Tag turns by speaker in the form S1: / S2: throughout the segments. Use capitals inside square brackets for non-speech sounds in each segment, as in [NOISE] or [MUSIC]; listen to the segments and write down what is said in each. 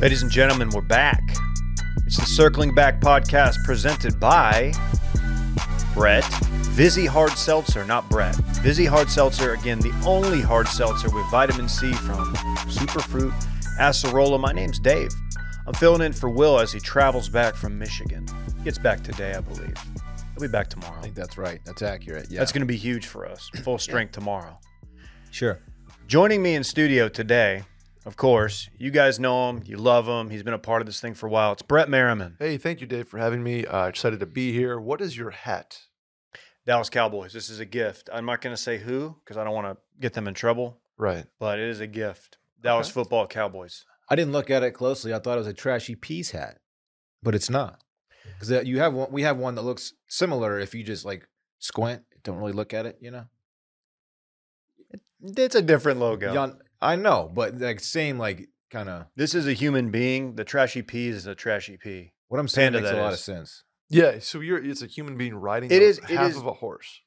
S1: Ladies and gentlemen, we're back. It's the Circling Back podcast presented by Brett. Vizzy Hard Seltzer, not Brett. Vizzy Hard Seltzer, again, the only hard seltzer with vitamin C from Superfruit Acerola. My name's Dave. I'm filling in for Will as he travels back from Michigan. Gets back today, I believe. He'll be back tomorrow.
S2: I think that's right. That's accurate. Yeah.
S1: That's going to be huge for
S3: [CLEARS THROAT]
S1: us. Full strength tomorrow.
S4: Sure.
S1: Joining me in studio today, of course, you guys know him, you love him. He's been a part of this thing for a while. It's Brett Merriman,
S3: Hey, thank you, Dave, for having me. Uh, excited to be here. What is your hat?
S1: Dallas Cowboys. This is a gift. I'm not going to say who because I don't want to get them in trouble,
S3: Right.
S1: but it is a gift. Dallas
S3: Okay.
S1: Football Cowboys.
S4: I didn't look at it closely. I thought it was a trashy peas hat, but it's not because you have one. We have one that looks similar. If you just like squint, don't really look at it, you know.
S1: It's a different logo.
S4: Yon- I know, but like same like kind of
S1: This is a human being. The trashy pea is a trashy pea.
S4: what I'm saying
S1: Panda
S4: makes a
S1: that
S4: lot
S1: is.
S4: of sense.
S3: Yeah. So you're it's a human being riding
S1: It
S3: a-
S1: is- it
S3: half
S1: is-
S3: of a horse.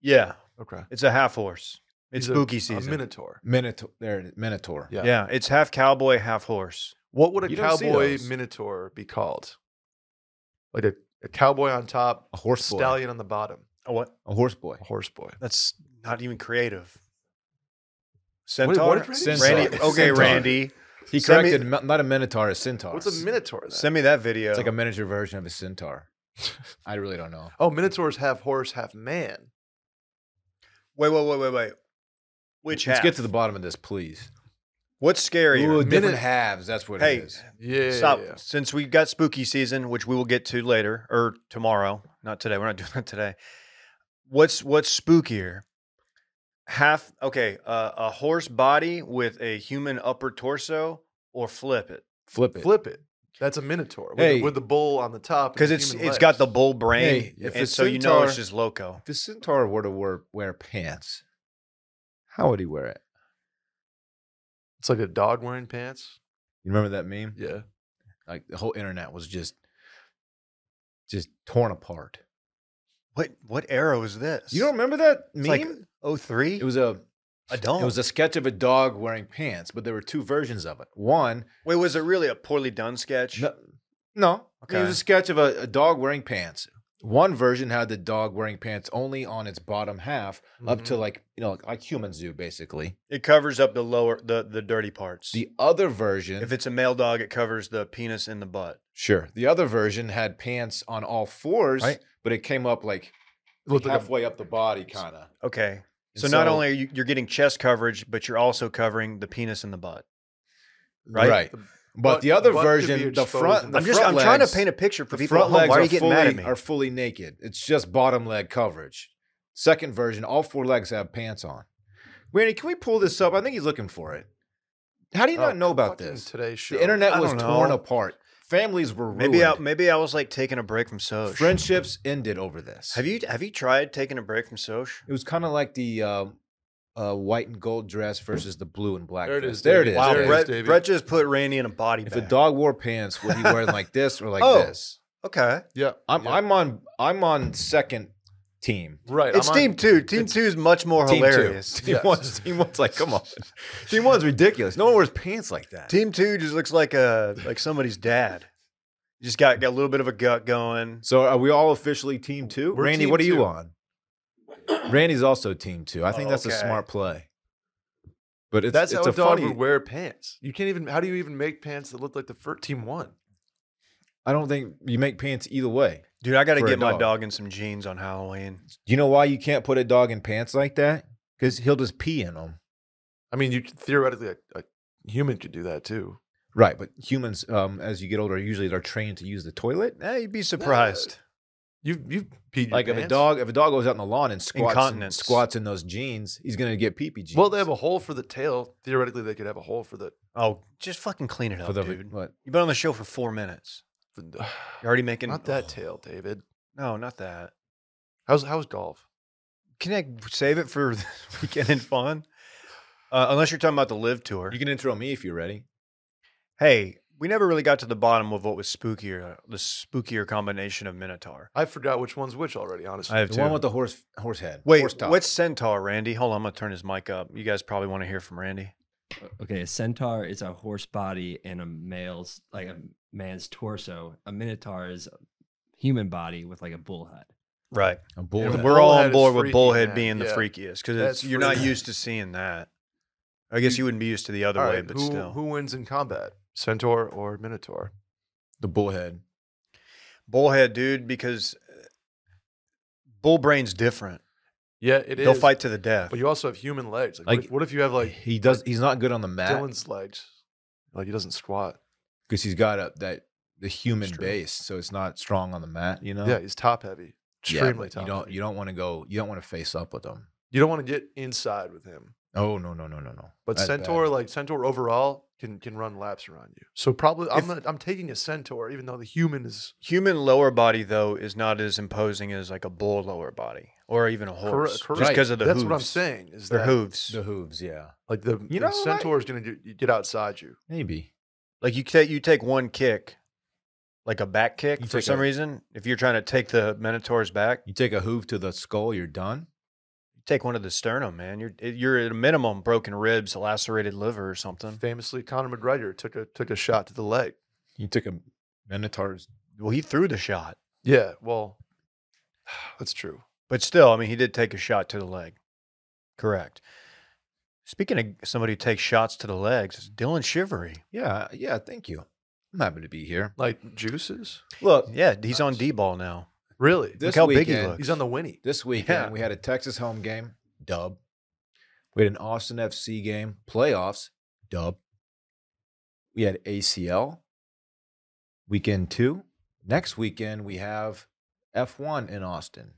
S1: Yeah,
S3: Okay.
S1: it's a half horse. It's
S3: He's a-
S1: spooky
S3: A
S1: season.
S3: minotaur.
S4: Minotaur, there it is, Minotaur.
S3: Yeah.
S1: yeah, it's half cowboy, half horse.
S3: What would a
S4: You don't see
S3: cowboy
S4: those.
S3: minotaur be called? Like a, a cowboy on top,
S4: A horse boy.
S3: stallion on the bottom,
S1: Oh, what?
S4: A horse boy.
S3: a horse boy.
S1: That's not even creative.
S3: What-
S1: Centaur?
S3: what did
S1: Randy,
S3: say?
S4: Centaur.
S1: okay,
S4: Centaur. Uh,
S1: Randy.
S4: He
S1: Send me-
S4: corrected. mi- not a minotaur, a centaur.
S3: What's a minotaur? Then?
S1: Send me that video.
S4: It's like a miniature version of a centaur. I really don't know.
S3: oh, minotaurs half horse, half man.
S1: wait, wait, wait, wait, wait. Which
S4: Let's
S1: half?
S4: get to the bottom of this, please.
S1: What's
S4: Ooh,
S1: scarier?
S4: different
S3: Minute-
S4: halves. That's what
S1: Hey,
S4: it is.
S3: Yeah.
S1: Stop.
S3: yeah, yeah.
S1: Since we got spooky season, which we will get to later or tomorrow, not today. We're not [LAUGHS] doing that today. What's what's spookier? Half okay, uh, a horse body with a human upper torso, or flip it
S4: Flip it.
S3: Flip it. That's a minotaur with,
S4: Hey.
S3: the, with the bull on the top. and
S1: because
S3: the
S1: it's
S3: human
S1: it's got the
S3: legs.
S1: bull brain,
S4: Hey, if
S1: and
S4: the
S1: so you know it's
S4: centaur-
S1: just loco.
S4: If the centaur were to wear, wear pants, how would he wear it?
S3: It's like a dog wearing pants.
S4: You remember that meme?
S3: Yeah.
S4: Like the whole internet was just just torn apart.
S1: What what era was this?
S4: You don't remember that meme?
S1: It's like 03?
S4: it was a
S1: I don't.
S4: it was a sketch of a dog wearing pants, but there were two versions of it. One,
S1: Wait, was it really a poorly done sketch?
S4: no, no it
S1: Okay.
S4: was a sketch of a, a dog wearing pants. One version had the dog wearing pants only on its bottom half,
S3: Mm-hmm.
S4: up
S1: Mm-hmm.
S4: to like you know, like, like humans do basically.
S1: It covers up the lower the the dirty parts.
S4: The other version,
S1: if it's a male dog, it covers the penis and the butt.
S4: Sure. The other version had pants on all fours,
S1: Right.
S4: but it came up like
S3: Looked like a-
S4: halfway up the body, kind of.
S1: Okay. So, not only are you, you're getting chest coverage, but you're also covering the penis and the butt.
S4: right,
S1: right?
S4: but,
S3: Butt-
S4: the other
S3: butt could be
S4: version, the
S3: exposed
S4: front,
S3: in
S4: the
S3: the
S1: I'm just I'm
S4: front
S1: trying to
S4: legs-
S1: paint a picture for
S4: the
S1: people at
S4: front
S1: home.
S4: legs
S1: Why are
S4: are,
S1: you getting
S4: fully,
S1: mad at me?
S4: are fully naked. It's just bottom leg coverage. Second version, all four legs have pants on. Randy, can we pull this up? I think he's looking for it. How do you
S3: Oh,
S4: not know about
S3: fucking
S4: this?
S3: Today's show.
S4: The internet
S1: I
S4: was
S1: don't
S4: torn
S1: know.
S4: apart. Families were ruined.
S1: maybe I, maybe I was like taking a break from Soch.
S4: Friendships ended over this.
S1: Oh, Have you have you tried taking a break from Soch?
S4: It was kind of like the uh, uh, white and gold dress versus the blue and black
S3: There it
S4: dress.
S3: is,
S4: There it
S3: David.
S4: is.
S1: Wow,
S4: there it
S3: is,
S1: Brett,
S3: Davey.
S1: Brett just put Randy in a body
S4: is. If
S1: bag.
S4: a dog wore pants, would he wear them like this or like
S1: Oh.
S4: this?
S1: Okay,
S3: Yeah.
S4: I'm
S3: yeah.
S4: I'm on I'm on second team.
S3: right.
S1: it's
S3: I'm on-
S1: team two. Team
S3: it's-
S1: two is much more
S4: Team
S1: hilarious.
S4: two. [LAUGHS] Team
S3: Yes.
S4: one's team one's like, come on. team one's ridiculous. No one wears pants like that.
S1: Team two just looks like a like somebody's dad. Just got got a little bit of a gut going.
S4: so are we all officially team 2
S3: We're
S4: Randy,
S3: team
S4: what are
S3: two.
S4: you on? Randy's also team two. I think
S1: Oh,
S4: that's
S1: okay.
S4: a smart play. But it's
S3: That's
S4: it's
S3: how
S4: a
S3: a dog
S4: funny.
S3: would wear pants. You can't even. How do you even make pants that look like the first team one?
S4: I don't think you make pants either way.
S1: Dude, I got to
S4: For a
S1: get my
S4: dog.
S1: dog in some jeans on Halloween.
S4: You know why you can't put a dog in pants like that? Because he'll just pee in them.
S3: I mean, you could- theoretically a, a human could do that too.
S4: Right, but humans, um, as you get older, usually they're trained to use the toilet.
S1: Eh, you'd be surprised.
S3: You you peed your
S4: Like if a
S3: pants.
S4: dog, if a dog goes out on the lawn and squats, and
S1: Incontinence.
S4: squats in those jeans, he's gonna get pee pee jeans.
S3: Well, they have a hole for the tail. Theoretically, they could have a hole for the.
S1: Oh, just fucking clean it up,
S4: for the
S1: dude.
S4: what?
S1: You've been on the show for four minutes.
S4: [SIGHS]
S3: for the-
S1: You're already making [SIGHS]
S3: not that tail, David.
S1: No, not that.
S3: How's how's golf?
S1: Can I save it for [LAUGHS] the weekend and fun? Uh, unless you're talking about the live tour.
S4: You can intro me if you're ready.
S1: Hey, we never really got to the bottom of what was spookier, the spookier combination of Minotaur.
S3: I forgot which one's which already. Honestly,
S1: I have
S4: The
S1: two.
S4: one with the horse horse head.
S1: Wait,
S4: horse top.
S1: what's Centaur, Randy? Hold on, I'm gonna turn his mic up. You guys probably want to hear from Randy.
S5: okay, a centaur is a horse body and a male's like a man's torso. A minotaur is a human body with like a bull head.
S1: Right.
S4: A
S3: Yeah,
S4: bull.
S1: We're all
S3: Bullhead
S1: on
S3: is
S1: board with
S3: freaky,
S1: Bullhead
S3: man.
S1: being the
S3: Yeah.
S1: freakiest because
S3: That's
S1: you're not
S3: freaky.
S1: used to seeing that. I guess you wouldn't be used to the other
S3: All
S1: way,
S3: right,
S1: but
S3: who,
S1: still.
S3: who wins in combat, centaur or minotaur?
S4: The bullhead.
S1: Bullhead, dude, because uh, bull brain's different.
S3: Yeah, it
S1: They'll
S3: is,
S1: fight to the death.
S3: but you also have human legs. Like, what,
S4: Like-
S3: if, what if you have like
S4: he does. He's not good on the mat
S3: Dylan's legs? Like he doesn't squat.
S4: because he's got up that the human
S3: true.
S4: base, so it's not strong on the mat. You know.
S3: Yeah, he's top heavy,
S4: Yeah,
S3: extremely
S4: but
S3: top.
S4: You don't.
S3: heavy.
S4: You don't want to go. You don't want to face up with him.
S3: You don't want to get inside with him.
S4: Oh no no no no no.
S3: But
S4: That's bad.
S3: centaur, like centaur overall, can can run laps around you. So probably I'm
S1: If-
S3: not, I'm taking a centaur, even though the human is
S1: Human lower body, though, is not as imposing as like a bull lower body or even a
S3: Correct,
S1: horse. Just
S3: correct.
S1: because of the
S3: That's
S1: hooves.
S3: what I'm saying. Is
S1: Their
S3: that
S1: hooves.
S4: the hooves. Yeah,
S3: like the,
S4: You
S3: the
S4: know, like-
S3: centaur is going to get, get outside you?
S4: maybe.
S1: Like you take you take one kick, like a back kick
S4: You
S1: for
S4: take
S1: some
S4: a-
S1: reason. If you're trying to take the Minotaur's back,
S4: You take a hoof to the skull, you're done.
S1: you take one of the sternum, man. You're eh, you're at a minimum broken ribs, lacerated liver, or something.
S3: Famously, Conor McGregor took a took a shot to the leg.
S4: You took a minotaur's.
S1: Well, he threw the shot,
S3: Yeah, well, [SIGHS] that's true.
S1: but still, I mean, he did take a shot to the leg. Correct. Speaking of somebody who takes shots to the legs, it's Dylan Shivery.
S4: Yeah, yeah. Thank you. I'm happy to be here.
S3: Like juices,
S4: Look,
S1: Yeah, he's on
S4: Nice.
S1: D ball now.
S3: really?
S4: this
S1: how big he
S4: weekend,
S1: looks.
S3: He's on the Winnie.
S4: This weekend
S1: Yeah.
S4: we had a Texas home game, dub. We had an Austin FC game, playoffs, dub. We had ACL weekend two. Next weekend we have F1 in Austin.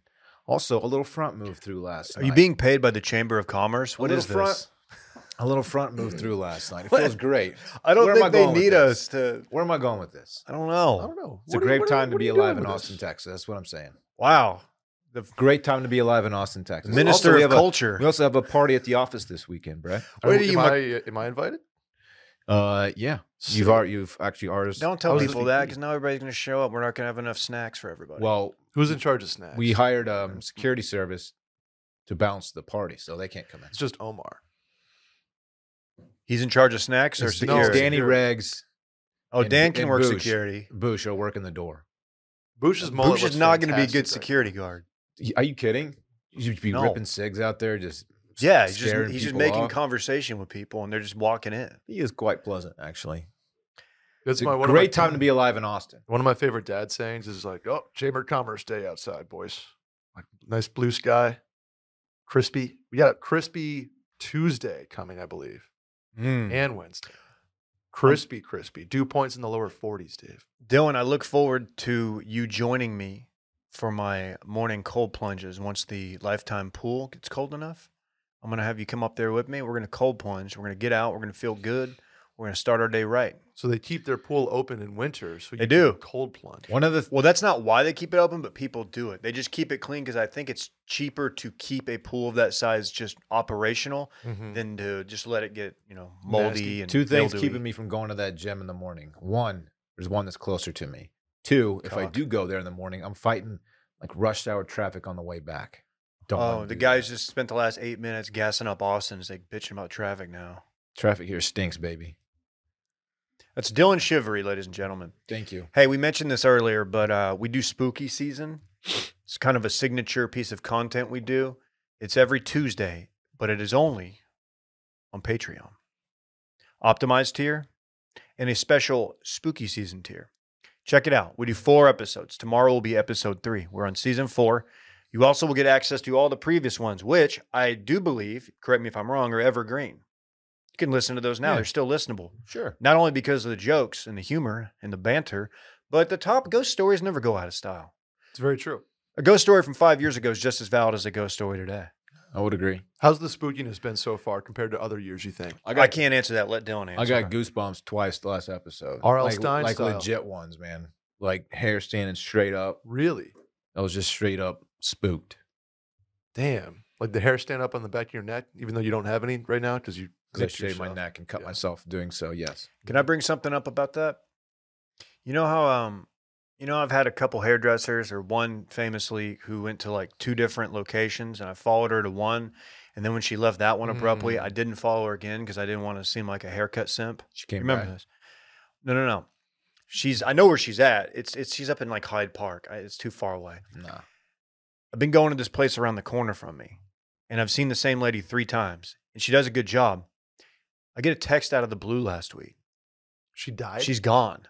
S4: Also, a little front move through last
S1: Are
S4: night.
S1: you being paid by the Chamber of Commerce? What
S4: little
S1: is
S4: front-
S1: this?
S4: [LAUGHS] a little front move through last night? It
S1: What?
S4: feels great.
S1: I
S4: don't Where am think I they going with need this? us
S1: to.
S4: Where am I going with this?
S1: I don't know.
S3: I don't know.
S4: Oh, It's
S3: What
S4: a
S3: are you-
S4: great
S3: what are-
S4: time to
S3: what are
S4: be
S3: you doing
S4: alive in
S3: with
S4: Austin,
S3: this?
S4: Texas. That's what I'm saying.
S1: Wow,
S4: The great time to be alive in Austin, Texas. Also,
S1: Minister
S4: we
S1: of
S4: have a-
S1: Culture.
S4: We also have a party at the office this weekend, Brett.
S3: Are-
S1: Where do you
S3: am,
S1: ma-
S3: I, am I invited?
S4: Uh, yeah. You've
S3: Sick.
S4: already, you've actually ours.
S1: Don't
S3: I
S1: tell
S3: was
S1: people
S3: thinking-
S1: that because now everybody's going to show up. We're not going to have enough snacks for everybody.
S4: Well,
S3: Who's in charge of snacks?
S4: we hired um security service to bounce the party, so they can't come in.
S3: It's just Omar.
S1: he's in charge of snacks or
S4: It's-
S3: no,
S1: security.
S4: it's Danny Regs,
S1: oh,
S4: and-
S1: Dan can
S4: and
S1: work
S4: Boosh.
S1: security.
S4: Bush are working the door.
S3: Bush's mullet
S1: Boosh is
S3: looks
S1: not going to be a
S3: fantastic
S1: good
S3: right now.
S1: security guard.
S4: Y- Are you kidding? You'd be
S1: No.
S4: ripping cigs out there, just s-
S1: Yeah, he's
S4: scaring
S1: just, he's just
S4: people
S1: making
S4: off.
S1: conversation with people and they're just walking in.
S4: He is quite pleasant, actually.
S3: That's
S4: It's
S3: my
S4: a
S3: one
S4: great
S3: of my,
S4: time to be alive in Austin.
S3: One of my favorite dad sayings is like, "Oh, Chamber of Commerce Day outside, boys. Like nice blue sky, crispy. We got a crispy Tuesday coming, I believe,
S4: Hmm.
S3: and Wednesday. Crispy, crispy. Dew points in the lower 40s, Dave.
S1: Dylan, I look forward to you joining me for my morning cold plunges once the lifetime pool gets cold enough. I'm going to have you come up there with me. We're going to cold plunge. We're going to get out. We're going to feel good. We're going to start our day right.
S3: So they keep their pool open in winter, so you
S1: They
S3: can
S1: do.
S3: cold plunge.
S4: One of the
S1: Well, that's not why they keep it open, but people do it. They just keep it clean because I think it's cheaper to keep a pool of that size just operational
S3: Mhm.
S1: than to just let it get you know moldy
S3: Nasty.
S1: and
S4: two things
S1: mildewy.
S4: keeping me from going to that gym in the morning. One, there's one that's closer to me. Two, if I
S1: Cock.
S4: do go there in the morning, I'm fighting like rush hour traffic on the way back. Don't wanna
S1: Oh, the
S4: do
S1: guys
S4: that.
S1: just spent the last eight minutes gassing up Austin. It's like bitching about traffic now.
S4: traffic here stinks, baby.
S1: That's Dylan Shivery, ladies and gentlemen.
S4: Thank you.
S1: Hey, we mentioned this earlier, but uh, we do spooky season. It's kind of a signature piece of content we do. It's every Tuesday, but it is only on Patreon. Optimized tier and a special spooky season tier. Check it out. We do four episodes. Tomorrow will be episode three. We're on season four. You also will get access to all the previous ones, which I do believe, correct me if I'm wrong, are evergreen. You can listen to those now.
S4: Yeah.
S1: They're still listenable
S4: Sure.
S1: not only because of the jokes and the humor and the banter, but the top ghost stories never go out of style.
S3: It's very true.
S1: A ghost story from five years ago is just as valid as a ghost story today.
S4: I would agree.
S3: How's the spookiness been so far compared to other years? You think?
S1: I,
S4: got-
S1: can't answer that. Let Dylan answer.
S4: I got
S1: that.
S4: goosebumps twice the last episode.
S3: R.L.
S4: Like-
S3: Stine
S4: like
S3: style.
S4: legit ones, man. Like hair standing straight up.
S3: Really?
S4: I was just straight up spooked
S3: Damn. Like the hair stand up on the back of your neck, even though you don't have any right now because you
S4: because I
S3: nicked
S4: shaved my
S3: yourself.
S4: neck and cut
S3: Yeah.
S4: myself doing so. Yes.
S1: Can I bring something up about that? You know how um, you know I've had a couple hairdressers or one famously who went to like two different locations, and I followed her to one, And then when she left that one abruptly,
S3: Mm.
S1: I didn't follow her again because I didn't want to seem like a haircut simp.
S4: She came
S1: Remember
S4: back.
S1: this? No, no, no. She's I know where she's at. It's it's she's up in like Hyde Park. I, it's too far away.
S4: Nah.
S1: I've been going to this place around the corner from me, and I've seen the same lady three times, and she does a good job. I get a text out of the blue last week.
S3: She died.
S1: She's gone.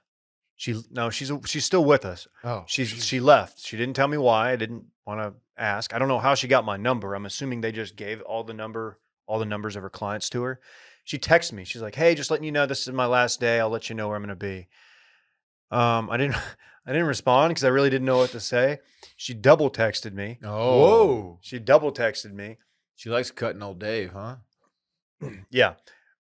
S1: She no, she's she's still with us.
S3: oh,
S1: She's
S3: geez.
S1: she left. She didn't tell me why. I didn't want to ask. I don't know how she got my number. I'm assuming they just gave all the number all the numbers of her clients to her. She texts me. She's like, "Hey, just letting you know this is my last day. I'll let you know where I'm going to be." Um, I didn't [LAUGHS] I didn't respond because I really didn't know what to say. She double texted me.
S4: Oh.
S3: Whoa.
S1: She double texted me.
S4: She likes cutting old Dave, huh?
S1: Yeah.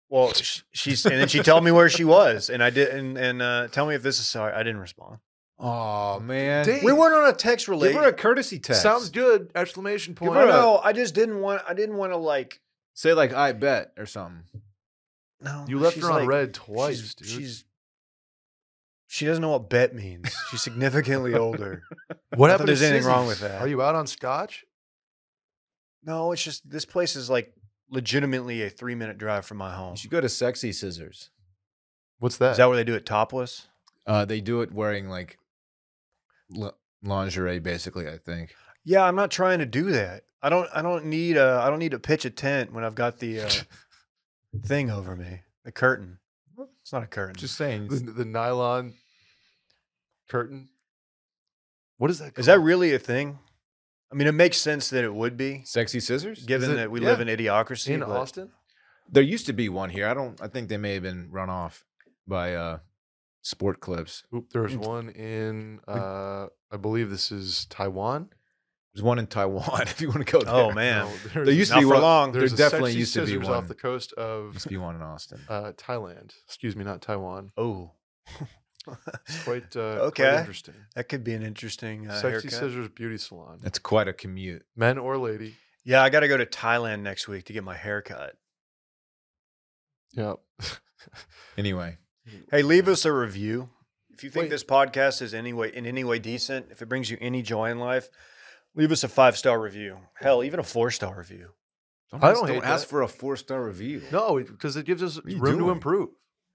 S1: Well, sh- she's and then she told me where she was, and I did and and uh, tell me if this is sorry. I didn't respond.
S4: Oh man.
S3: Dave,
S1: We weren't on a text
S4: Give
S1: relate.
S4: her a courtesy text.
S3: sounds good! Exclamation point.
S1: No, no, I just didn't want. I didn't want to like.
S4: Say like I bet or something.
S1: No,
S3: You left
S1: she's
S3: her on
S1: like-
S3: red twice,
S1: she's,
S3: dude.
S1: She's she doesn't know what bet means. She's significantly
S3: [LAUGHS]
S1: older.
S3: what
S1: I thought
S3: happened? to
S1: there's anything
S3: Susan?
S1: wrong with that.
S3: Are you out on scotch?
S1: No, it's just this place is like legitimately a three minute drive from my
S3: Oh.
S1: home.
S4: You should go to Sexy Scissors.
S3: What's
S1: Is that where they do it topless?
S4: Uh, they do it wearing like l- lingerie, basically. I think.
S1: Yeah, I'm not trying to do that. I don't. I don't need. A, I don't need to pitch a tent when I've got the
S3: [LAUGHS]
S1: uh, thing over me, the curtain. It's not a curtain.
S4: saying.
S3: the, the nylon curtain. What is that?
S1: is that
S3: called?
S1: really a thing? I mean, it makes sense that it would be,
S4: Sexy Scissors.
S1: given
S3: it-
S1: that we
S3: yeah.
S1: live in idiocracy.
S3: in
S1: but-
S3: Austin?
S4: There used to be one here. I don't. I think they may have been run off by uh, sport clips.
S3: Oop, there
S1: Mm.
S3: was one in. Uh, I believe this is Taiwan.
S4: There's one in Taiwan. [LAUGHS] If you want to go there.
S1: Oh man,
S3: No, [LAUGHS] there's,
S4: There used to
S1: not
S4: be
S1: for
S4: one.
S1: long.
S4: There
S3: there's a
S4: definitely
S3: sexy
S4: used to be
S3: scissors
S4: one.
S3: off the coast of
S4: Used to be one in Austin.
S3: uh, Thailand. Excuse me, not Taiwan.
S1: [LAUGHS] Oh.
S3: It's quite uh, Quite
S1: Okay.
S3: interesting.
S1: That could be an interesting uh,
S3: Sexy
S1: haircut.
S3: Scissors Beauty Salon,
S4: That's quite a commute.
S3: men or lady.
S1: Yeah, I got to go to Thailand next week to get my hair cut.
S3: Yep.
S4: Anyway,
S1: Hey, leave us a review. If you think
S3: Wait.
S1: this podcast is any way, in any way decent, if it brings you any joy in life, leave us a five star review. Hell, even a four star review.
S3: I don't hate
S4: ask
S3: that.
S4: for a four star review.
S3: no, because it gives us
S4: are you
S3: room to
S4: doing?
S3: improve.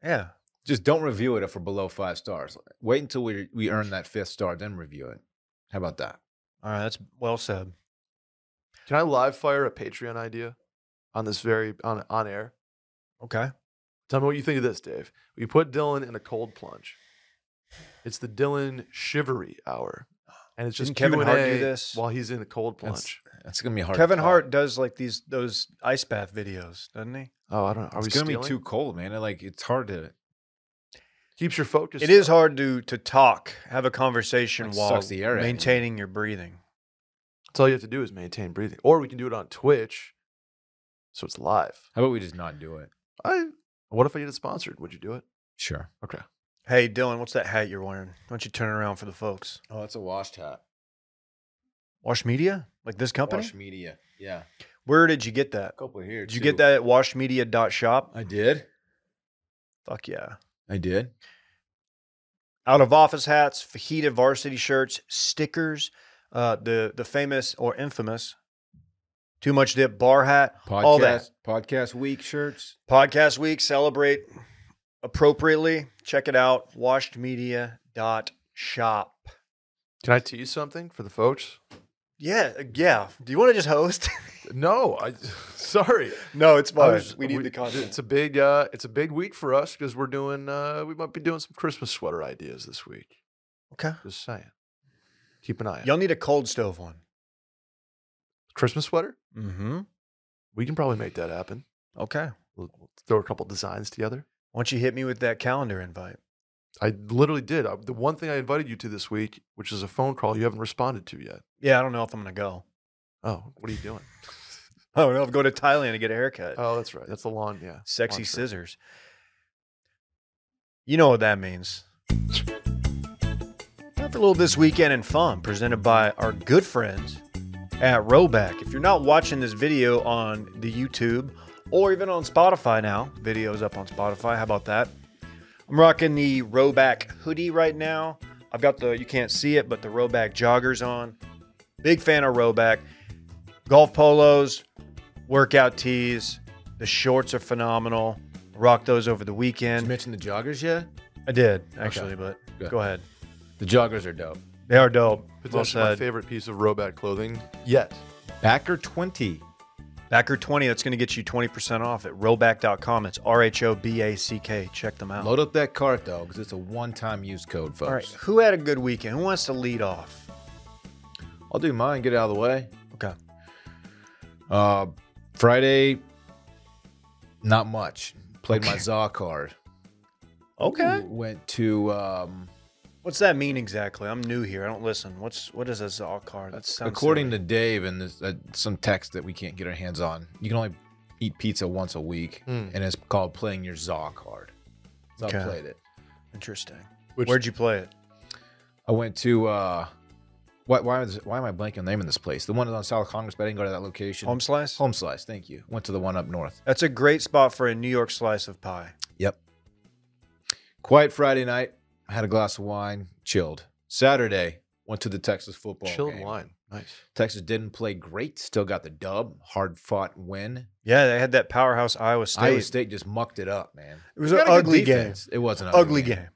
S1: Yeah.
S4: Just don't review it if we're below five stars. Wait until we we earn that fifth star, then review it. How about that?
S1: All right, that's well said.
S3: Can I live fire a Patreon idea on this very on on air?
S1: Okay.
S3: Tell me what you think of this, Dave. We put Dylan in a cold plunge. It's the Dylan Shivery Hour, and it's just
S1: Didn't Kevin
S3: Q&A
S1: Hart do this?
S3: while he's in a cold
S4: That's-
S3: plunge.
S4: That's gonna be hard. to
S1: Kevin
S4: top.
S1: Hart does like these those ice bath videos, doesn't he?
S3: Oh, I don't know. Are
S4: it's
S3: we
S4: gonna
S3: stealing?
S4: be too cold, man. It, Like it's hard to.
S3: Keeps your focus.
S1: It is
S3: though.
S1: hard to to talk, have a conversation
S4: Like,
S1: while
S4: sucks the air out of you.
S1: maintaining your breathing.
S3: That's all you have to do is maintain breathing, or we can do it on Twitch, so it's live.
S4: How about we just not do it?
S3: I. What if I get it sponsored? Would you do it?
S4: Sure.
S3: Okay.
S1: Hey, Dylan, what's that hat you're wearing? Why don't you turn it around for the folks?
S4: Oh, it's a washed hat.
S1: Wash Media? Like this company?
S4: Wash media. Yeah.
S1: Where did you get that?
S4: A couple here.
S1: Did you get that at washmedia.shop?
S4: I did.
S1: Fuck yeah.
S4: I did.
S1: Out of office hats, fajita varsity shirts, stickers, uh, the the famous or infamous Too Much Dip bar hat,
S4: Podcast.
S1: all that.
S4: Podcast week shirts.
S1: Podcast week, celebrate appropriately. Check it out, washedmedia.shop.
S3: Can I tease something for the folks?
S1: Yeah, yeah. Do you want to just host? [LAUGHS]
S3: No, I. [LAUGHS] Sorry.
S1: no, it's
S3: I
S1: fine.
S3: was-
S1: we need the
S3: It's
S1: content.
S3: a big, uh, it's a big week for us because we're doing, uh, we might be doing some Christmas sweater ideas this week.
S1: Okay.
S3: Just saying. Keep an eye. on it.
S1: Y'all need a cold stove one.
S3: Christmas sweater.
S1: Mm-hmm.
S3: We can probably make that happen.
S1: Okay.
S3: We'll, we'll throw a couple designs together.
S1: Why don't you hit me with that calendar invite?
S3: I literally did. I, the one thing I invited you to this week, which is a phone call you haven't responded to yet.
S1: Yeah, I don't know if I'm gonna go. [LAUGHS]
S3: Oh, what are you doing?
S1: I don't know if I'm going to Thailand to get a haircut.
S3: oh, that's right. That's the lawn. Yeah.
S1: Sexy
S3: lawn shirt.
S1: scissors. You know what that means. Time for a little this weekend and fun, presented by our good friends at Roback. If you're not watching this video on the YouTube or even on Spotify now, videos up on Spotify. How about that? I'm rocking the Roback hoodie right now. I've got the you can't see it, but the Roback joggers on. Big fan of Roback. Golf polos, workout tees. The shorts are phenomenal. Rocked those over the
S4: Did you
S1: weekend.
S4: mention the joggers yet?
S1: I did actually, but
S4: Good.
S1: go ahead.
S4: The joggers are dope.
S1: They are dope. Well
S3: Potentially my
S1: said.
S3: favorite piece of Robat clothing yet.
S4: Backer 20.
S1: Backer twenty. That's going to get you twenty percent off at roback.com. It's R H O B A C K. Check them out.
S4: Load up that cart though, because it's a one-time use code, folks.
S1: All right. Who had a good weekend? Who wants to lead off?
S4: I'll do mine. Get it out of the way.
S1: Okay.
S4: Uh, Friday, not much. Played my Zaw card.
S1: Okay.
S4: Went to um,
S1: What's that mean exactly? I'm new here. I don't listen. What's what is a ZAW card? That sounds
S4: according to Dave and this, uh, some text that we can't get our hands on. You can only eat pizza once a week,
S3: Mm.
S4: and it's called playing your Zaw card. So
S1: Hmm. Okay.
S4: I played it.
S1: interesting.
S3: Which
S1: Where'd you play it?
S4: I went to uh, why why, is, why am I blanking on the name of this place? The one that's on South Congress, but I didn't go to that location.
S1: Home slice.
S4: Home slice. Thank you. Went to the one up north.
S1: That's a great spot for a New York slice of pie.
S4: Yep. Quiet Friday night. Had a glass of wine, chilled. Saturday, went to the Texas football
S3: chilled
S4: game.
S3: wine. Nice.
S4: Texas didn't play great, still got the dub. Hard fought win.
S1: Yeah, they had that powerhouse Iowa State.
S4: Iowa State just mucked it up, man.
S1: It was
S4: They
S1: an
S4: got a good
S1: ugly game.
S4: defense. It was an ugly,
S1: Ugly game.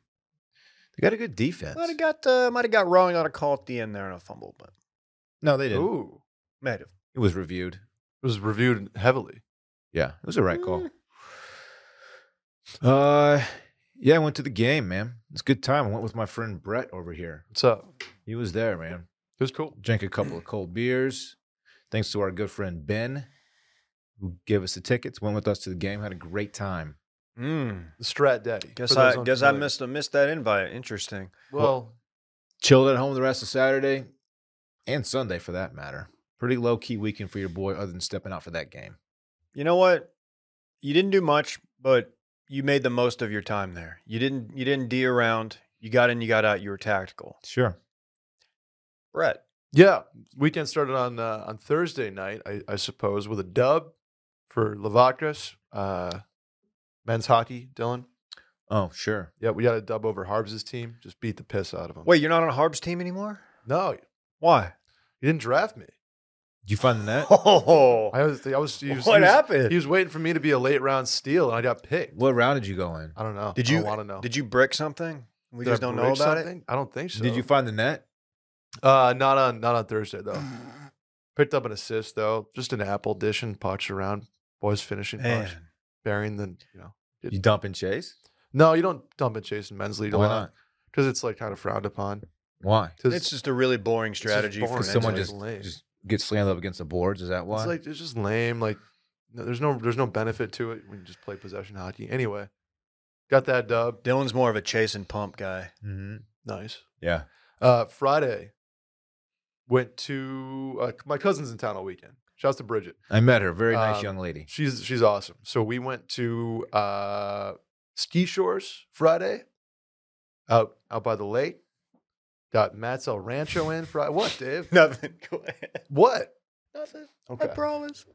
S4: They got a good defense.
S1: Might have got uh, might have got wrong on a call at the end there and a fumble, but
S4: No, they didn't.
S3: Ooh.
S1: might have.
S4: It was reviewed.
S3: It was reviewed heavily.
S4: Yeah, it was a right
S1: Eh.
S4: call. Uh, yeah, I went to the game, man. It's a good time. I went with my friend Brett over here.
S3: What's up?
S4: He was there, man.
S3: It was cool.
S4: drank a couple of cold beers. Thanks to our good friend Ben, who gave us the tickets, went with us to the game, had a great time.
S1: Mm.
S3: The Strat Daddy.
S1: Guess
S3: for those
S1: I guess I
S3: unfamiliar.
S1: missed missed that invite. Interesting.
S3: Well,
S4: Chilled at home the rest of Saturday and Sunday for that matter. Pretty low key weekend for your boy, other than stepping out for that game.
S1: You know what? You didn't do much, but you made the most of your time there. You didn't you didn't d around. You got in, you got out. You were tactical.
S4: Sure.
S1: Brett,
S3: yeah. Weekend started on uh, on Thursday night, I, I suppose, with a dub for Lavacas, uh, men's hockey. Dylan.
S4: Oh, sure.
S3: Yeah, we got a dub over Harbs' team. Just beat the piss out of them.
S1: wait, you're not on Harb's team anymore?
S3: no,
S1: Why?
S3: you didn't draft me.
S4: Did you find the
S3: [LAUGHS]
S4: net?
S1: [LAUGHS] Oh,
S3: I was, I was, he was
S1: what
S3: he was,
S1: happened?
S3: He was waiting for me to be a late round steal, and I got picked.
S4: What round did you go in?
S3: I don't know.
S1: Did
S3: I
S1: you
S3: want to know?
S1: Did you brick something? We
S3: Did I
S1: just don't know
S3: break
S1: about it.
S3: something? I don't think so.
S4: Did you find the net?
S3: Uh, not on not on Thursday
S1: Oh.
S3: though.
S1: Mm.
S3: Picked up an assist though, just an apple dishing, potch around, boys finishing,
S1: Man,
S3: pucks, burying the you know.
S4: Oh, You dump and chase?
S3: No, you don't dump and chase in men's league a
S4: Why not?
S3: lot because it's like kind of frowned upon.
S4: Why?
S3: 'Cause
S1: it's just a really boring
S3: just
S1: strategy for
S3: boring.
S1: men's
S4: Someone
S1: league.
S4: just,
S3: lame.
S4: just gets slammed up against the boards. Is that why?
S3: it's like it's just lame. Like no, there's no there's no benefit to it when you just play possession hockey. Anyway, got that dub.
S1: Dylan's more of a chase and pump guy. [LAUGHS]
S4: Mhm.
S3: Nice.
S4: Yeah.
S3: Uh, Friday went to uh, my cousin's in town all weekend. Shouts to Bridget.
S4: I met her. Very nice
S3: Um,
S4: young lady.
S3: She's she's awesome. So we went to uh, ski shores Friday, out out by the lake. Got Matt's El Rancho in Friday. What,
S1: [LAUGHS]
S3: Dave?
S1: Nothing. Go ahead.
S3: What?
S1: Nothing.
S3: Okay.
S1: I promise.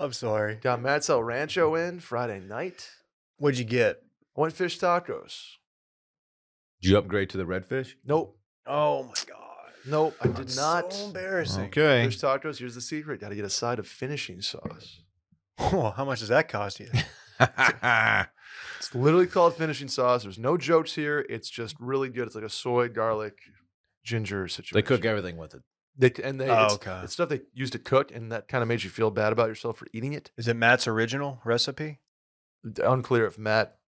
S1: I'm sorry.
S3: Got Matt's El Rancho in Friday night.
S1: What'd you get?
S3: I went fish tacos.
S4: Did you upgrade to the redfish?
S3: Nope,
S1: Oh my god.
S3: nope. I did
S1: That's
S3: not.
S1: So embarrassing. [LAUGHS]
S4: Okay.
S3: Fish tacos. Here's the secret. Got to get a side of finishing sauce.
S1: Oh, how much does that cost you?
S4: [LAUGHS]
S3: It's literally called finishing sauce. There's no jokes here. It's just really good. It's like a soy garlic ginger situation.
S4: they cook everything with it.
S3: They c- and they
S1: Oh,
S3: it's,
S1: okay.
S3: it's stuff they used to cook, and that kind of made you feel bad about yourself for eating it.
S1: Is it Matt's original recipe?
S3: D- Unclear if Matt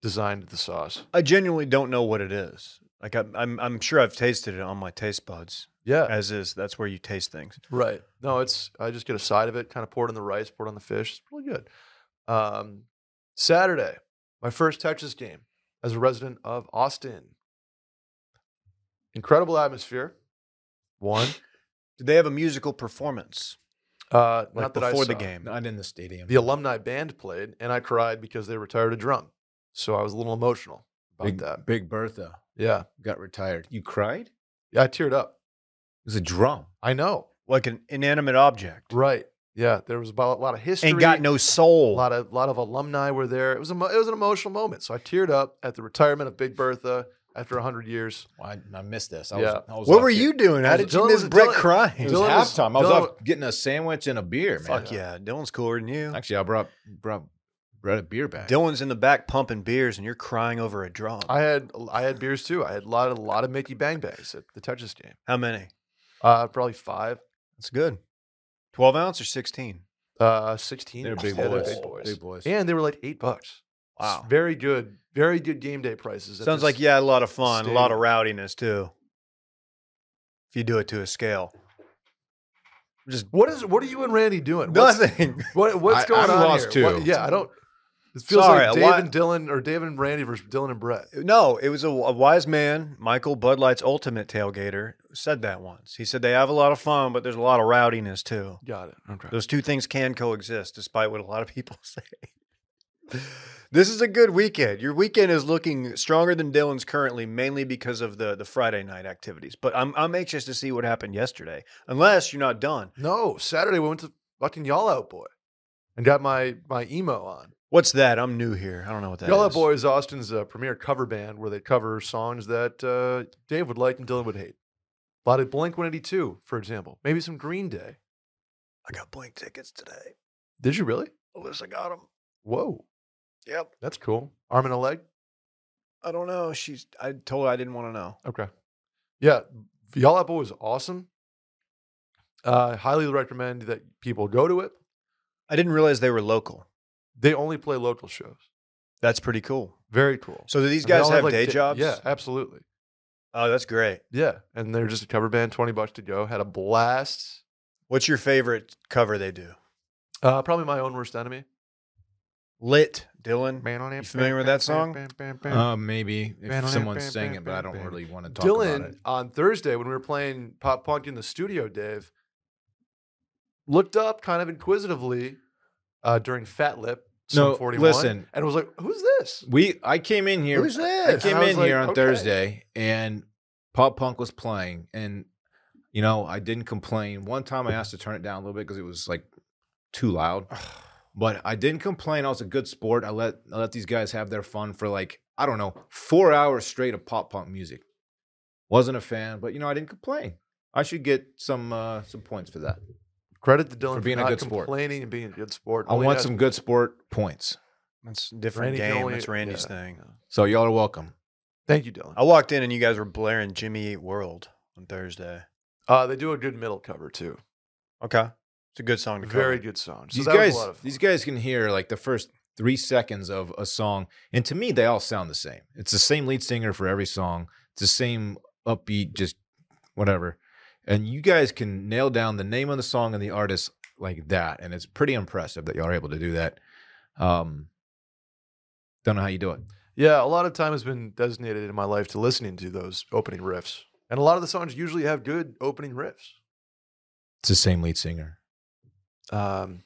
S3: designed the sauce.
S1: I genuinely don't know what it is. Like I'm, I'm, I'm sure I've tasted it on my taste buds.
S3: Yeah,
S1: [LAUGHS] As is, that's where you taste things.
S3: right. No, it's I just get a side of it, kind of pour it on the rice, pour it on the fish. It's really good. Um, Saturday, my first Texas game as a resident of Austin. Incredible atmosphere.
S1: [LAUGHS]
S3: One,
S1: Did they have a musical performance
S3: uh,
S1: like
S3: not that I
S1: before the
S3: saw.
S1: game?
S4: Not in the stadium.
S3: The alumni band played, and I cried because they retired a drum. So I was a little emotional about
S4: Big,
S3: that.
S4: Big Bertha
S3: Yeah,
S4: got retired. You cried? It
S3: yeah, I teared up.
S4: was a drum.
S3: I know.
S1: Like an inanimate object.
S3: Right. Yeah. There was about a lot of history.
S1: Ain't got no soul.
S3: a lot of lot of alumni were there. It was a, mo- it was an emotional moment. So I teared up at the retirement of Big Bertha. after 100 years.
S4: I, I missed this. I
S3: Yeah.
S4: was, I was
S1: What
S4: up
S1: were
S4: here-
S1: you doing? How
S3: was-
S1: did
S3: Dylan
S1: you miss
S3: was-
S1: Brett
S3: Dylan-
S1: crying?
S4: It was
S3: Dylan was-
S4: halftime. I was
S3: Dylan-
S4: up getting a sandwich and a beer, man.
S1: Fuck yeah, Dylan's cooler than you.
S4: Actually, I brought brought brought a beer back.
S1: Dylan's in the back pumping beers, and you're crying over a drum.
S3: I had I had beers too. I had a lot, a lot of Mickey Bang Bangs at the Texas game.
S1: How many?
S3: Uh, probably five,
S1: That's good. Twelve ounce or sixteen?
S3: uh, 16.
S4: They're big
S3: Yeah,
S4: boys.
S3: big boys.
S4: Big boys.
S3: And they were like eight bucks. S-
S1: Wow.
S3: Very good. Very good game day prices. at
S1: Sounds
S3: this-
S1: like you had a lot of fun, a lot of
S3: stadium.
S1: rowdiness too. If you do it to a scale, just
S3: What is? What are you and Randy doing? What's-
S1: nothing.
S3: What, what's
S4: I-
S3: going
S4: I'm
S3: on
S4: lost
S3: here? What-
S4: too.
S3: yeah, I don't. It feels
S1: Sorry,
S3: like
S1: a
S3: Dave
S1: lot-
S3: and Dylan or Dave and Randy versus Dylan and Brett.
S1: No, it was a, a wise man, Michael Bud Light's ultimate tailgater, said that once. He said they have a lot of fun, but there's a lot of rowdiness too.
S3: Got it. Okay.
S1: Those two things can coexist, despite what a lot of people [LAUGHS] say. this is a good weekend. Your weekend is looking stronger than Dylan's currently, mainly because of the the Friday night activities. But I'm I'm anxious to see what happened yesterday. Unless you're not done.
S3: No, Saturday we went to fucking Y'all Out Boy and got my my emo on.
S1: What's that? I'm new here. I don't know what that
S3: Y'all
S1: is.
S3: Out Boy is Austin's uh, premier cover band where they cover songs that uh, Dave would like and Dylan would hate. A lot of Blink 182, for example. Maybe some Green Day.
S1: I got blank tickets today.
S3: Did you really?
S1: Alyssa got them.
S3: Whoa,
S1: Yep.
S3: that's cool. Arm and a leg.
S1: I don't know. She's. I told her I didn't want to know.
S3: Okay. Yeah, Y'all Out Boy was awesome. Uh, highly recommend that people go to it.
S1: I didn't realize they were local.
S3: They only play local shows.
S1: That's pretty cool.
S3: Very cool.
S1: So do these
S3: And they
S1: guys
S3: all
S1: have,
S3: like,
S1: day
S3: di-
S1: jobs?
S3: Yeah, absolutely.
S1: Oh, that's great.
S3: Yeah, and they're just a cover band, twenty bucks to go. Had a blast.
S1: What's your favorite cover they do?
S3: Uh, probably my own worst enemy.
S1: Lit, Dylan.
S3: You
S1: familiar with that song?
S4: Uh, maybe
S3: Bam,
S4: if someone
S3: bam,
S4: sang
S3: bam,
S4: it, but I
S3: bam,
S4: don't
S3: bam.
S4: really want to talk about
S3: Dylan
S4: it.
S3: on Thursday when we were playing pop punk in the studio, Dave looked up kind of inquisitively uh, during Fat Lip.
S4: No,
S3: Sum 41,
S4: listen.
S3: and was like, "Who's this?"
S4: We I came in here.
S1: Who's
S4: I
S1: this?
S4: came
S3: And I was
S4: in here
S3: like,
S4: on
S3: okay.
S4: Thursday, and pop punk was playing, and you know I didn't complain. One time I asked to turn it down a little bit because it was like too loud, but I didn't complain. I was a good sport. I let I let these guys have their fun for like I don't know four hours straight of pop punk music. Wasn't a fan, but you know I didn't complain. I should get some uh, some points for that.
S3: Credit to Dylan for
S4: being a
S3: not
S4: good sport.
S3: complaining and being a good sport.
S4: I
S3: Really
S4: want
S3: nice.
S4: some good sport points.
S1: That's a different
S3: Randy can
S1: game.
S3: only-
S1: That's Randy's
S3: yeah,
S1: thing.
S3: yeah.
S4: So y'all are welcome.
S3: Thank you, Dylan.
S1: I walked in and you guys were blaring Jimmy Eat World on Thursday.
S3: Uh, they do a good middle cover too.
S1: Okay. It's a good song to cover.
S3: Very good song. So
S4: these
S3: that
S4: guys,
S3: was a lot of fun.
S4: these guys can hear like the first three seconds of a song, and to me, they all sound the same. It's the same lead singer for every song. It's the same upbeat, just whatever. And you guys can nail down the name of the song and the artist like that, and it's pretty impressive that y'all are able to do that. Um, don't know how you do it.
S3: Yeah, a lot of time has been designated in my life to listening to those opening riffs. And a lot of the songs usually have good opening riffs.
S4: It's the same lead singer
S3: Um,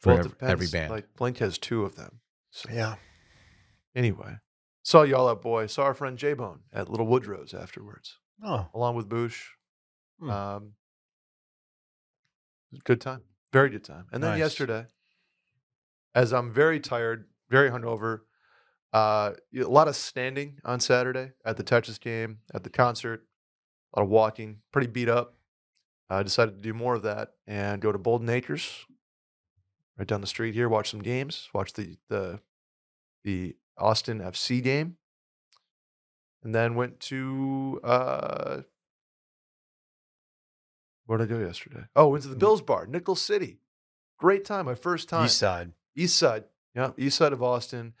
S4: for
S3: well, it
S4: ev- every
S3: depends.
S4: band.
S3: Like Blink has two of them. So
S1: Yeah.
S3: anyway, saw Y'all Out Boy, saw our friend J Bone at Little Woodrow's afterwards,
S1: Oh.
S3: along with Boosh.
S1: Hmm.
S3: Um, good time. Very good time. And then
S1: Nice.
S3: yesterday, as I'm very tired, very hungover, uh, y- a lot of standing on Saturday at the Texas game, at the concert, a lot of walking, pretty beat up. I decided to do more of that and go to Bolden Acres, right down the street here, watch some games, watch the the the Austin FC game, and then went to uh, where did I go yesterday? Oh, went to the Bills Bar, Nickel City. Great time. My first time.
S1: East side.
S3: East Side. Yeah, East Side of Austin.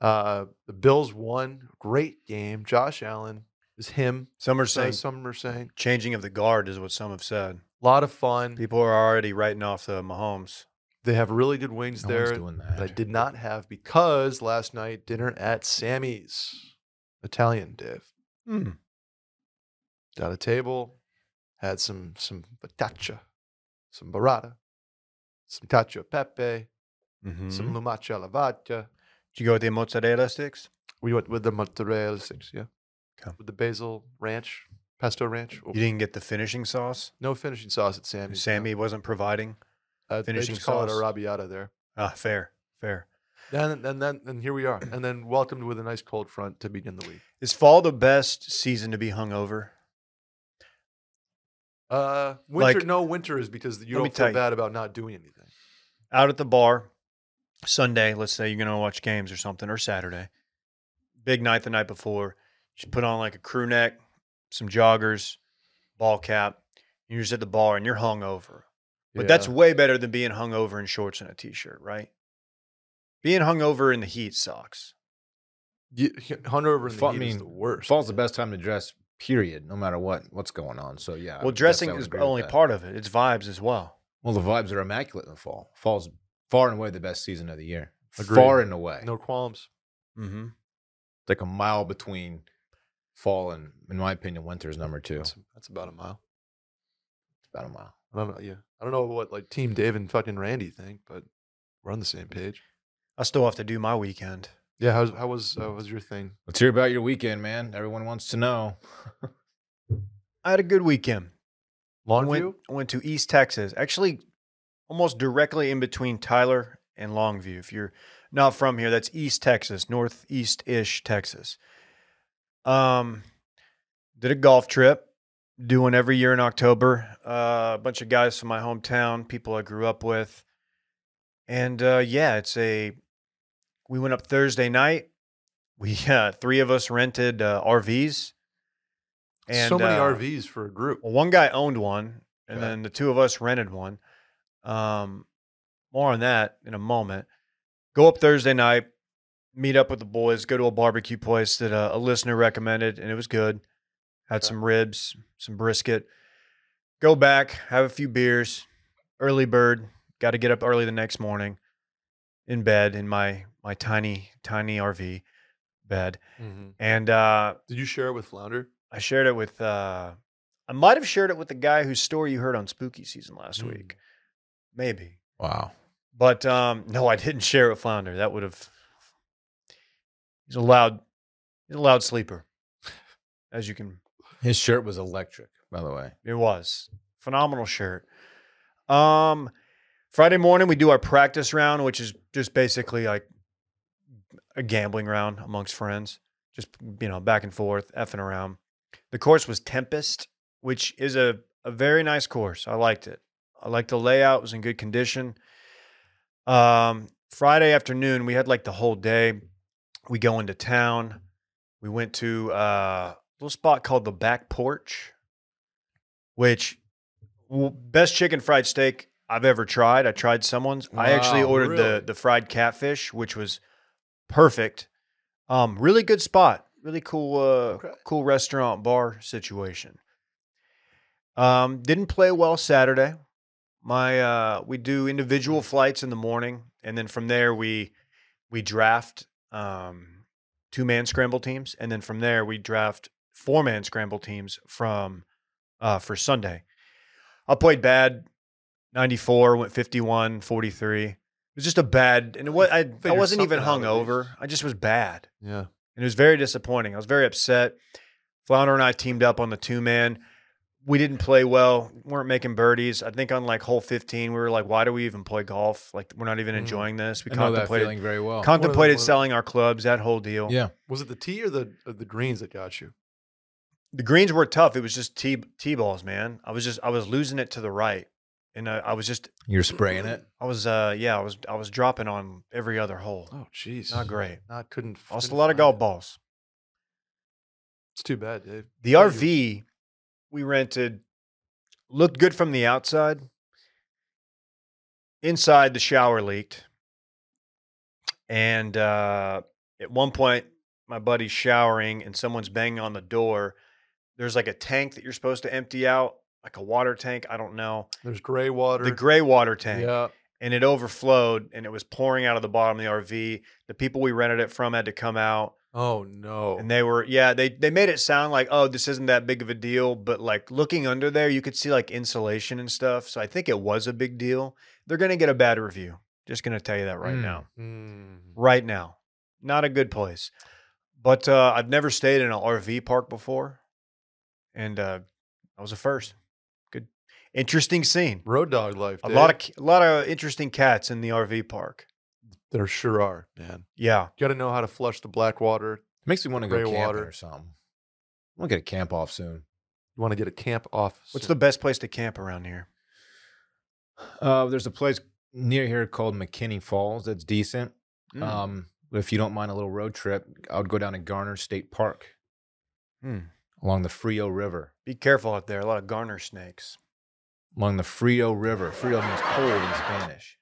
S3: Uh, the Bills won. Great game. Josh Allen is him.
S1: Some are
S3: So
S1: saying
S3: some are saying
S1: changing of the guard is what some have said.
S3: a lot of fun.
S1: People are already writing off the Mahomes.
S3: They have really good wings
S4: No one's
S3: there
S4: doing
S3: that I
S4: that.
S3: did not have because last night dinner at Sammy's Italian Dave
S1: Hmm.
S3: got a table, had some some focaccia, some burrata, some cacio e pepe,
S1: Mhm.
S3: some lumaca alla vodka.
S1: Did you go with the mozzarella sticks?
S3: We went with the mozzarella sticks, yeah.
S1: Okay.
S3: With the basil ranch, pesto ranch. Oh,
S1: You didn't get the finishing sauce?
S3: No finishing sauce at Sammy's. no.
S1: Sammy wasn't providing?
S3: uh, they
S1: finishing
S3: just call it
S1: sauce.
S3: arrabbiata there.
S1: Ah, fair, fair.
S3: Then, then, then, and here we are. And then welcomed with a nice cold front to begin the week.
S1: Is fall the best season to be hungover?
S3: Uh, winter,
S1: Like-
S3: no winter is because you
S1: Let me
S3: don't feel
S1: tell you.
S3: bad about not doing anything.
S1: Out at the bar, Sunday, let's say you're going to watch games or something, or Saturday, big night the night before. Just put on like a crew neck, some joggers, ball cap. And you're just at the bar and you're hungover. But that's
S3: Yeah.
S1: way better than being hungover in shorts and a t shirt, right? Being hungover in the heat sucks.
S3: You, hungover in the
S4: Fall- I
S3: heat is
S4: mean,
S3: the worst.
S4: Fall's the best time to dress, period, no matter what what's going on. So yeah. I
S1: well,
S4: would- yes, I
S1: dressing
S4: would
S1: is
S4: agree with
S1: only
S4: that.
S1: part of it, it's vibes as well.
S4: Well, the vibes are immaculate in the fall. Fall's far and away the best season of the year.
S3: Agreed.
S4: Far and away.
S3: No qualms.
S1: Mm-hmm.
S4: It's like a mile between fall and in my opinion, winter is number two.
S3: That's, that's about a mile.
S4: about a mile.
S3: I don't know. Yeah, I don't know what like Team Dave and fucking Randy think, but we're on the same page.
S1: I still have to do my weekend.
S3: Yeah. How's, how was uh, was your thing?
S4: Let's hear about your weekend, man. Everyone wants to know. [LAUGHS]
S1: I had a good weekend.
S3: Longview.
S1: went, went to East Texas, actually, almost directly in between Tyler and Longview. If you're not from here, that's East Texas, northeast ish Texas. Um, did a golf trip, doing every year in October. Uh, a bunch of guys from my hometown, people I grew up with, and uh, yeah, it's a. We went up Thursday night. We [LAUGHS] uh, three of us rented uh, RVs.
S3: so many
S1: uh, Oh.
S3: RVs for a group.
S1: well, one guy owned one, and
S3: Okay.
S1: then the two of us rented one. Um, more on that in a moment. Go up Thursday night, meet up with the boys, go to a barbecue place that uh, a listener recommended, and it was good. Had
S3: Okay.
S1: some ribs, some brisket. Go back, have a few beers. Early bird, got to get up early the next morning. In bed, in my my tiny tiny RV bed, and uh,
S3: Mm-hmm. Did you share it with Flounder?
S1: I shared it with uh I might have shared it with the guy whose story you heard on spooky season last
S3: Mm.
S1: week. Maybe.
S4: Wow.
S1: But um [LAUGHS] no, I didn't share it with Flounder. That would have he's a loud he's a loud sleeper. As you can
S4: His shirt was electric, by the way.
S1: it was. Phenomenal shirt. Um Friday morning we do our practice round, which is just basically like a gambling round amongst friends. Just you know, back and forth, effing around. The course was Tempest, which is a, a very nice course. I liked it. I liked the layout, it was in good condition. Um Friday afternoon, we had like the whole day. We go into town. We went to uh, a little spot called the Back Porch which w- best chicken fried steak I've ever tried. I tried someone's. I actually
S4: Wow,
S1: ordered
S4: really?
S1: the the fried catfish, which was perfect. Um, really good spot. Really cool, uh,
S3: Okay.
S1: cool restaurant bar situation. Um, didn't play well Saturday. My uh, we do individual
S4: Hmm.
S1: flights in the morning, and then from there we we draft um, two man scramble teams, and then from there we draft four man scramble teams from uh, for Sunday. I played bad. 94 went 51 43 it was just a bad and it was, I, I
S3: Figure
S1: wasn't even
S3: something out at
S1: hungover
S3: least.
S1: i just was bad
S3: Yeah.
S1: and it was very disappointing i was very upset flounder and i teamed up on the two man we didn't play well weren't making birdies i think on like hole 15 we were like why do we even play golf like we're not even
S3: Mm.
S1: enjoying this we
S4: I know that
S1: contemplated
S4: feeling very well.
S1: contemplated
S3: one of the-
S1: selling our clubs that whole deal
S4: Oh. yeah.
S3: Was it the tee or the or the greens that got you?
S1: the greens were tough it was just t t balls man i was just i was losing it to the right and I, I was just
S4: You're spraying it.
S1: i was uh yeah i was i was dropping on every other hole
S3: Oh, jeez.
S1: not great
S3: Not couldn't.
S1: Lost a
S3: couldn't
S1: lot of
S3: find
S1: golf
S3: it.
S1: balls.
S3: It's too bad, Dave.
S1: The
S3: Yeah, you-
S1: RV we rented looked good from the outside. Inside, the shower leaked. And uh, at one point, my buddy's showering and someone's banging on the door. There's like a tank that you're supposed to empty out, like a water tank. I don't know.
S3: There's gray water.
S1: The gray water tank.
S3: Yeah.
S1: and it overflowed and it was pouring out of the bottom of the RV. The people we rented it from had to come out
S3: Oh no.
S1: and they were yeah, they they made it sound like oh this isn't that big of a deal, but like looking under there you could see like insulation and stuff. So I think it was a big deal. They're going to get a bad review. Just going to tell you that right
S4: Mm.
S1: now.
S3: Mm.
S1: Right now. Not a good place. But uh, I've never stayed in an RV park before. And uh I was a first. Good interesting scene.
S3: Road dog life.
S1: A
S3: Dave.
S1: lot of a lot of interesting cats in the RV park.
S3: There sure are, man.
S1: Yeah.
S3: You got to know how to flush the black water.
S4: Makes me want to go
S3: Gray
S4: camping
S3: water.
S4: or something. I'm gonna get a camp off soon.
S3: You want to get a camp off.
S1: What's the
S3: soon.
S1: best place to camp around here?
S4: Uh, there's a place near here called McKinney Falls that's decent.
S1: Mm.
S4: Um, if you don't mind a little road trip, I would go down to Garner State Park
S1: Mm.
S4: along the Frio River.
S1: Be careful out there. A lot of garner snakes.
S4: Along the Frio River. Frio means cold in Spanish.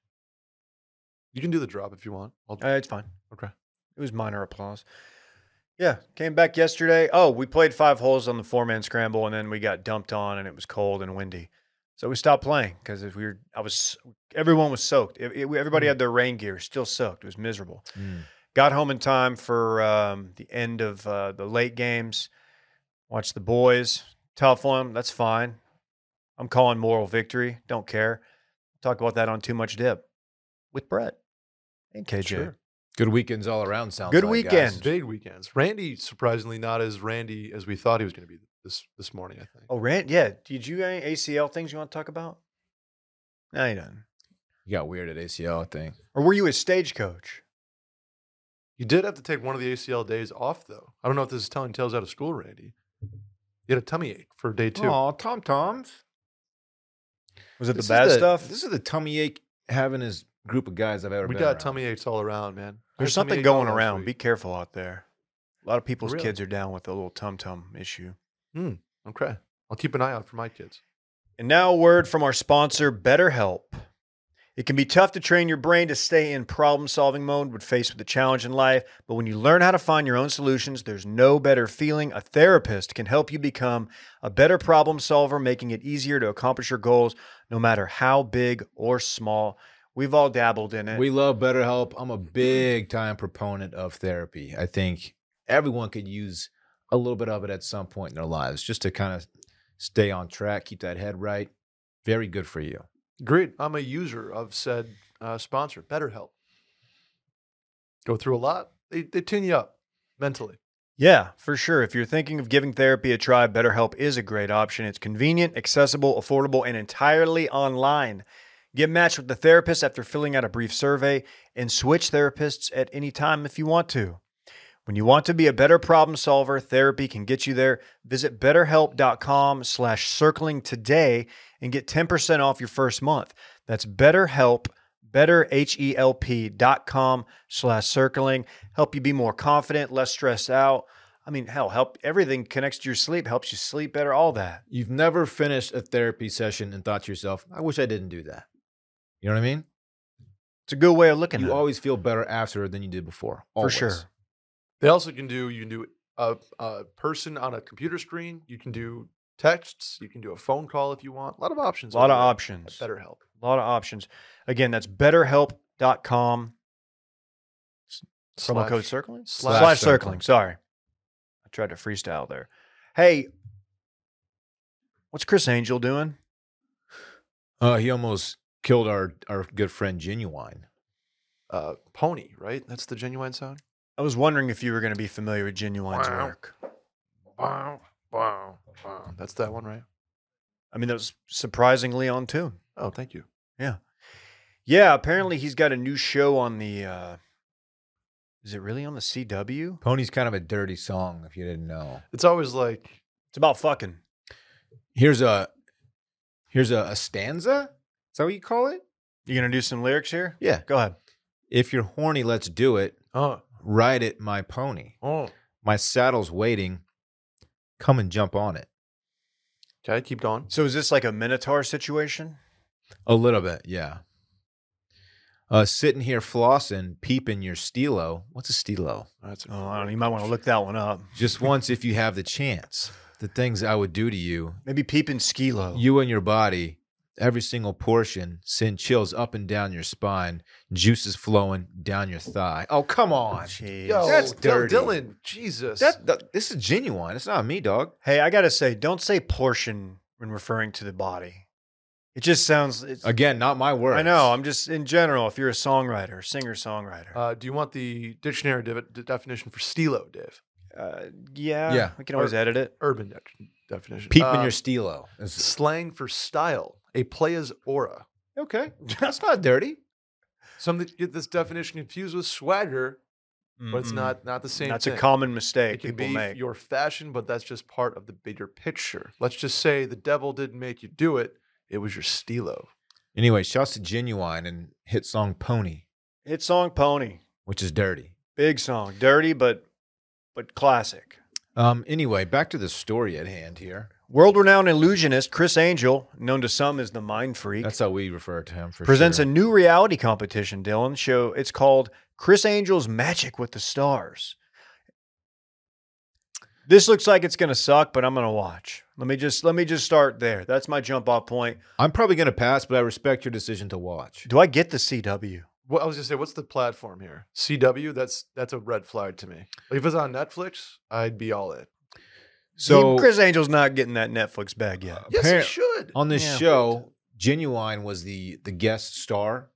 S3: You can do the drop if you want. I'll,
S1: Uh, it's fine.
S3: Okay.
S1: It was minor applause. Yeah. Came back yesterday. Oh, we played five holes on the four man scramble and then we got dumped on and it was cold and windy. So we stopped playing because we were, I was, everyone was soaked. It- it-
S3: Mm-hmm.
S1: everybody had their rain gear, still soaked. It was miserable.
S4: Mm.
S1: Got home in time for um, the end of uh, the late games. Watched the boys. Tough one. That's fine. I'm calling moral victory. Don't care. Talk about that on Too Much Dip with Brett and KJ.
S3: Sure.
S4: Good weekends all around. Sounds
S1: Good
S4: like,
S1: weekend.
S4: guys.
S3: [LAUGHS] big weekends. Randy, surprisingly, not as Randy as we thought he was going to be this this morning. I think.
S1: Oh, Rand, yeah. Did you got any ACL things you want to talk about? No, you don't.
S4: You got weird at ACL, I think.
S1: Or were you a stagecoach?
S3: You did have to take one of the ACL days off, though. I don't know if this is telling tales out of school, Randy. You had a tummy ache for day
S1: Oh,
S3: two.
S4: Aw, Tom Toms.
S1: Was it
S4: This is
S1: the bad stuff?
S4: This is the tummy ache having his group of guys I've ever
S3: we
S4: been
S3: got
S4: around.
S3: tummy aches all around, man. I had a
S1: There's
S3: tummy
S1: something
S3: ache all
S1: going
S3: last
S1: around. Be
S3: week.
S1: careful out there. A lot of people's
S3: Really?
S1: kids are down with a little tum tum issue.
S3: okay, I'll keep an eye out for my kids.
S1: And now, a word from our sponsor, BetterHelp. It can be tough to train your brain to stay in problem solving mode when faced with a challenge in life, but when you learn how to find your own solutions, there's no better feeling. A therapist can help you become a better problem solver, making it easier to accomplish your goals, no matter how big or small. We've all dabbled in it.
S4: We love BetterHelp. I'm a big time proponent of therapy. I think everyone could use a little bit of it at some point in their lives just to kind of stay on track, keep that head right. Very good for you.
S3: Agreed. I'm a user of said uh, sponsor, BetterHelp. Go through a lot. They they tune you up mentally.
S1: Yeah, for sure. If you're thinking of giving therapy a try, BetterHelp is a great option. It's convenient, accessible, affordable, and entirely online. Get matched with the therapist after filling out a brief survey and switch therapists at any time if you want to. When you want to be a better problem solver, therapy can get you there. Visit betterhelp.com slash circling today and get 10% off your first month. That's betterhelp, better, H-E-L-P dot com slash circling. Help you be more confident, less stressed out. I mean, hell, help everything connects to your sleep, helps you sleep better, all that.
S4: You've never finished a therapy session and thought to yourself, I wish I didn't do that. You know what I mean?
S1: It's a good way of looking
S4: You
S1: at it.
S4: always feel better after than you did before.
S1: For
S4: Always.
S1: sure.
S3: They also can do you can do a, a person on a computer screen. You can do texts. You can do a phone call if you want. A lot of options.
S1: A lot of
S3: over
S1: options.
S3: there at BetterHelp.
S1: A lot of options. Again, that's betterhelp.com Promo
S3: Slash-
S1: code circling?
S3: slash
S1: circling.
S4: circling.
S1: Sorry. I tried to freestyle there. Hey, what's Chris Angel doing?
S4: Uh, he almost killed our, our good friend Genuine.
S3: uh, pony, right? That's the genuine sound.
S1: I was wondering if you were going to be familiar with Genuine's
S3: Wow.
S1: work.
S3: Wow, wow, wow. That's that one, right?
S1: I mean, that was surprisingly on tune.
S3: Oh, thank you.
S1: Yeah, apparently he's got a new show on the. Uh, is it really on the CW?
S4: Pony's kind of a dirty song, if you didn't know.
S3: It's always like
S1: It's about fucking.
S4: Here's a here's a, a stanza. Is that what you call it?
S1: You going to do some lyrics here?
S4: Yeah.
S1: Go ahead.
S4: If you're horny, let's do it.
S3: oh,
S4: Ride it, my pony.
S3: oh.
S4: My saddle's waiting. Come and jump on it.
S3: Okay, keep going.
S1: So is this like a Minotaur situation?
S4: A little bit, yeah. Uh, sitting here flossing, peeping your stilo. What's a stilo?
S3: That's a
S1: Oh, I don't know.
S3: great
S1: You might want to
S3: question.
S1: look that one up. [LAUGHS]
S4: Just once, if you have the chance. The things I would do to you,
S1: Maybe peeping skilo.
S4: you and your body, every single portion, send chills up and down your spine, juices flowing down your thigh. Oh, come on.
S1: Jeez.
S3: Yo,
S4: That's
S3: tell
S4: dirty.
S3: Dylan, Jesus.
S4: That, that- this is genuine. It's not me, dog.
S1: Hey, I gotta say, don't say portion when referring to the body. It just sounds. It's,
S4: Again, not my words.
S1: I know. I'm just in general. If you're a songwriter, singer songwriver, uh,
S3: uh, do you want the dictionary div- d- definition for stilo, Dave?
S1: uh, yeah,
S4: Yeah.
S1: we can always
S3: Uh, Or-
S1: edit it.
S3: Urban de- definition.
S4: Peeping
S3: Uh,
S4: your stilo. It's-
S3: slang for style, a player's aura.
S4: Okay. That's not dirty.
S3: Some that get this definition confused with swagger, but it's
S1: Mm-mm.
S3: not not the same.
S1: That's
S3: thing.
S1: a common mistake
S3: It can
S1: people
S3: be
S1: make.
S3: your fashion, but that's just part of the bigger picture. Let's just say the devil didn't make you do it; it was your stilo.
S4: Anyway, shouts to Genuine and hit song Pony,
S1: Hit song Pony.
S4: which is dirty.
S1: Big song. Dirty, but but classic.
S4: Um, anyway, back to the story at hand here.
S1: World renowned illusionist Chris Angel, known to some as the Mind Freak,
S4: That's how we refer to him for
S1: presents
S4: sure.
S1: a new reality competition, Dylan. Show it's called Chris Angel's Magic with the Stars. This looks like it's gonna suck, but I'm gonna watch. Let me just let me just start there. That's my jump off point.
S4: I'm probably gonna pass, but I respect your decision to watch.
S1: Do I get the CW?
S3: Well, I was gonna say, what's the platform here? CW. That's that's a red flag to me. Like, if it's on Netflix, I'd be all in.
S4: So Uh,
S1: He- Chris Angel's not getting that Netflix bag yet.
S3: Yes,
S4: Appar- Oh,
S3: it should.
S4: on this
S1: Yeah.
S4: show, Genuine was the the guest star,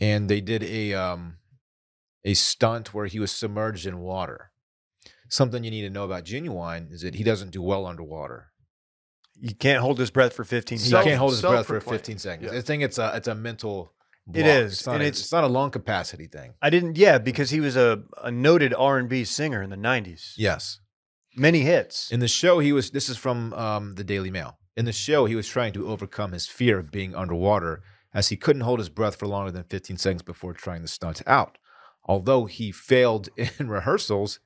S4: and they did a um a stunt where he was submerged in water. Something you need to know about Genuine is that he doesn't do well underwater.
S1: You can't hold his breath for 15
S4: He
S1: seconds.
S3: Self-
S4: can't hold his breath for
S3: self-proclaimed.
S4: 15 seconds.
S3: Yeah.
S4: I think it's a it's a mental.
S1: It
S4: block.
S1: is,
S4: It's not,
S1: and
S4: a,
S1: it's-
S4: it's not a lung capacity thing.
S1: I didn't. Yeah, because he was a, a noted R and B singer in the '90s.
S4: Yes.
S1: Many hits.
S4: In the show, he was. This is from um, the Daily Mail. In the show, he was trying to overcome his fear of being underwater, as he couldn't hold his breath for longer than 15 seconds before trying the stunt out. Although he failed [LAUGHS] in rehearsals,